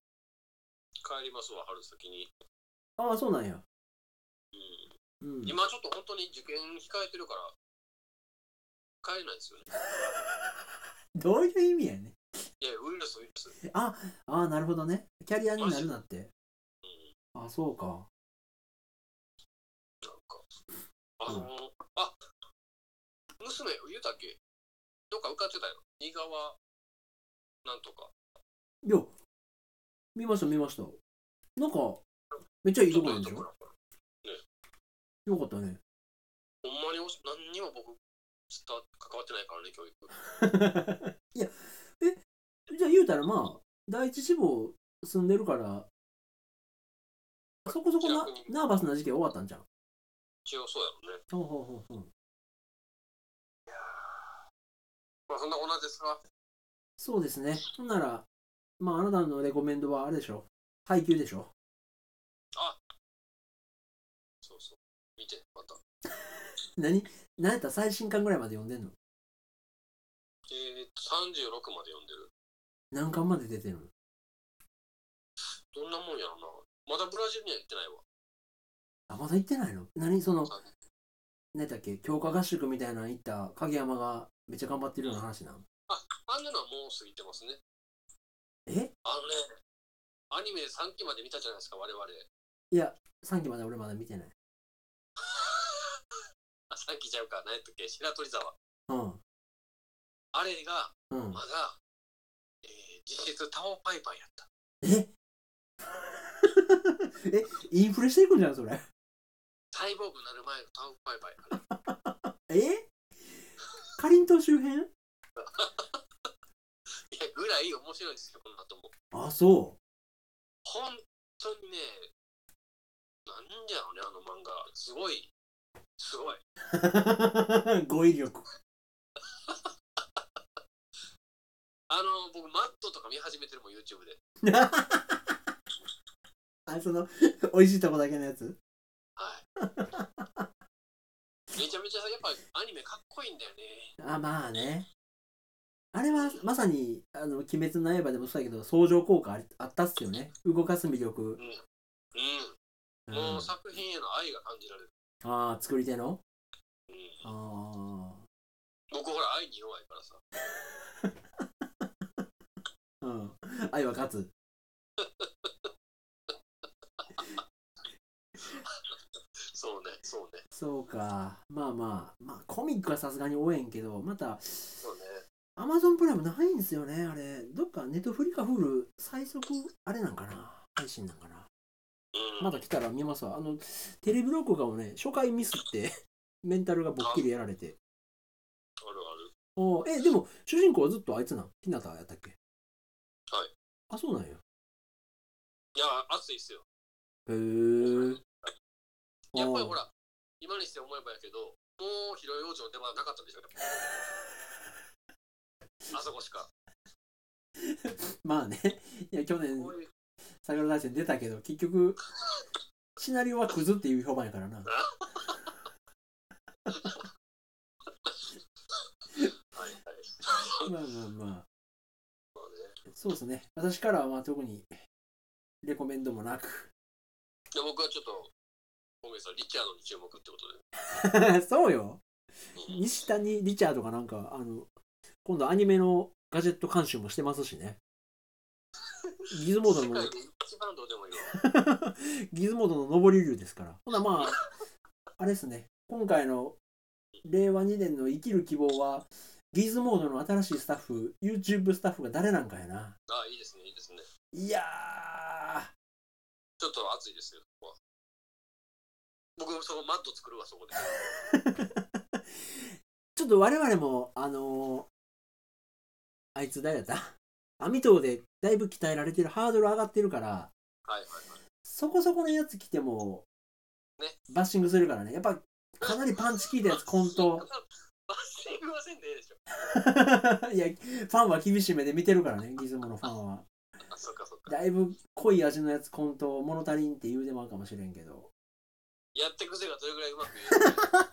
S2: 帰りますわ春先に、
S1: ああそうなんや
S2: うん
S1: うん
S2: 今ちょっと本当に受験控えてるから帰れないですよね
S1: どういう意味やね
S2: いやウイルスウイルス、うん、
S1: ああーなるほどねキャリアになるなって
S2: な
S1: あそうか
S2: んかあのーあ娘言うたっけどっか受かってたよ新川なんとか
S1: いや見ました見ましたなんかめっちゃいいとこなんでしょよかったね
S2: ほんまにおし何にも僕伝わ関わってないからね教育
S1: いや、え、じゃあ言うたらまあ、第一志望住んでるから、そこそこなナーバスな時期は終わったんじゃん。
S2: 一応そうやろね
S1: ほうほうほうほう
S2: まあそんなこんなですか
S1: そうですね。ほんなら、まああなたのレコメンドはあれでしょ。配給でしょ。
S2: そうそう見てまた
S1: 何何やったら最新刊ぐらいまで読んでんの
S2: えー、36まで読んでる
S1: 何巻まで出てるの
S2: どんなもんやろなまだブラジルには行ってないわ
S1: あ、まだ行ってないの何その、
S2: さ
S1: 何やったっけ強化合宿みたいなの行った影山がめっちゃ頑張ってるような話なの
S2: あんなのはもう過ぎてますねあ
S1: え
S2: のねアニメ3期まで見たじゃないですか我々 あ
S1: いや、3期まで俺まだ見てない。
S2: 3期ちゃうか何やったっけ白鳥沢
S1: うん。
S2: あれが
S1: うん。
S2: まだ、えー、実質タオパイパイやった
S1: ええインフレしていくんじゃんそれ
S2: サイボーグになる前のタオパイパイあれ
S1: えかりんとう周 辺
S2: いやぐらい面白いですよこんなと思う
S1: あそ
S2: 本当にね、なんじゃろうね、あの漫画。すごい、すごい。
S1: う 語彙力
S2: あの、僕、マットとか見始めてるもん、YouTube で。
S1: あその 美味しいとこだけのやつ
S2: はい。 めちゃめちゃ、やっぱアニメかっこいいんだよね。
S1: あまあねあれはまさに「あの鬼滅の刃」でもそうだけど相乗効果ありあったっすよね動かす魅力、
S2: うん。
S1: うん
S2: もう作品への愛が感じられる。
S1: ああ作り手の
S2: うん。
S1: あ
S2: 僕、ほら、愛に弱いからさ。
S1: あうん 愛は勝つ
S2: そうね、そうね、
S1: そうかまあまあまあコミックはさすがに多いんけどまた
S2: そうね。
S1: アマゾンプライムないんですよね、あれ。どっかネットフリかフール、最速、あれなんかな配信なんかな
S2: うん。
S1: まだ来たら見ますわ。あの、テレビ録画をね、初回ミスって、 メンタルがぼっきりやられて。
S2: あるある。
S1: おーえ、でも、主人公はずっとあいつなんひなたやったっけ
S2: はい。
S1: あ、そうなんや。へ
S2: いや、熱いっすよ。
S1: え。
S2: やっぱり
S1: あー
S2: ほら、今にして思えばやけど、もう広い王子の出番なかったでしょ。 あそこしか。
S1: まあね。いや、去年、
S2: こういう
S1: 桜大戦出たけど、結局、シナリオはクズっていう評判やからな。
S2: はいはい。
S1: まあまあまあ。
S2: そうね
S1: そうですね。私からはまあ特に、レコメンドもなく。
S2: で僕はちょっと、ごめんなさい、リチャードに注目ってことで。
S1: そうよ。
S2: うん
S1: 西谷リチャードがなんかあの今度アニメのガジェット監修もしてますしねギズモード
S2: 世
S1: の
S2: 界で一番どうでもいいわ。
S1: ギズモードの上り流ですからほなまああれですね今回の令和2年の生きる希望はギズモードの新しいスタッフ YouTube スタッフが誰なんかやな
S2: ああ、いいですね、いいですね。
S1: いや
S2: ちょっと熱いですよ、ここは。僕もそのマット作るわ、そこで。
S1: ーちょっと我々もあのーあいつ誰だった網戸でだいぶ鍛えられてるハードル上がってるから
S2: はいはいはい。
S1: そこそこのやつ来ても、
S2: ね
S1: バッシングするからね。やっぱ、かなりパンチ効いたやつ、コント。
S2: バッシに食わせんでええでしょ。
S1: いや、ファンは厳しい目で見てるからね、ギズモのファンは。
S2: あ、そっかそっか。
S1: だいぶ濃い味のやつ、コント、物足りんって言うでもあるかもしれんけど。
S2: やってくぜがどれぐらいうまく言えるか。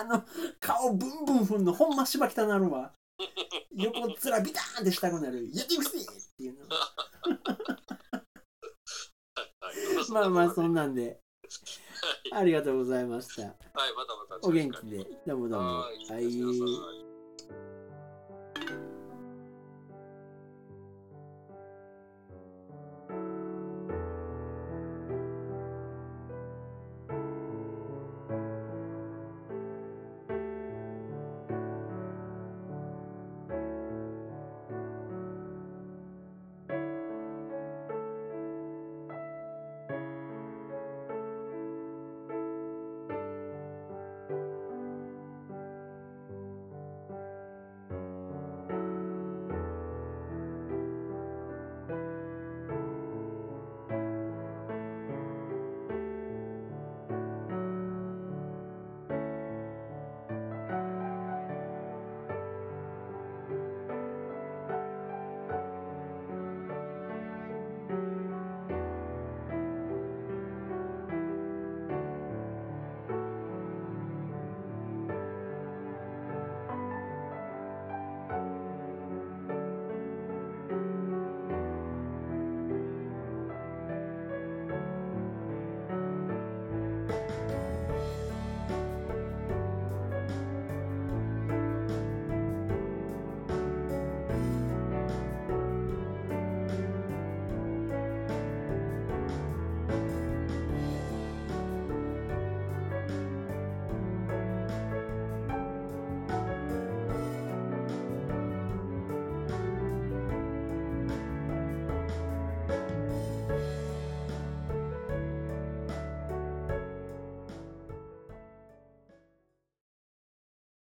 S1: あの、顔ブンブン踏んの、ほんま芝汚なるわ。 横面ビターンってしたくなる。やってくせえっていうの。
S2: はい
S1: まあまあ、そ
S2: はい
S1: んなんで。ありがとうございました。
S2: はい、またまた。
S1: お元気で。どうもどうも。
S2: は
S1: は
S2: お
S1: い
S2: やすみなさ
S1: い
S2: い。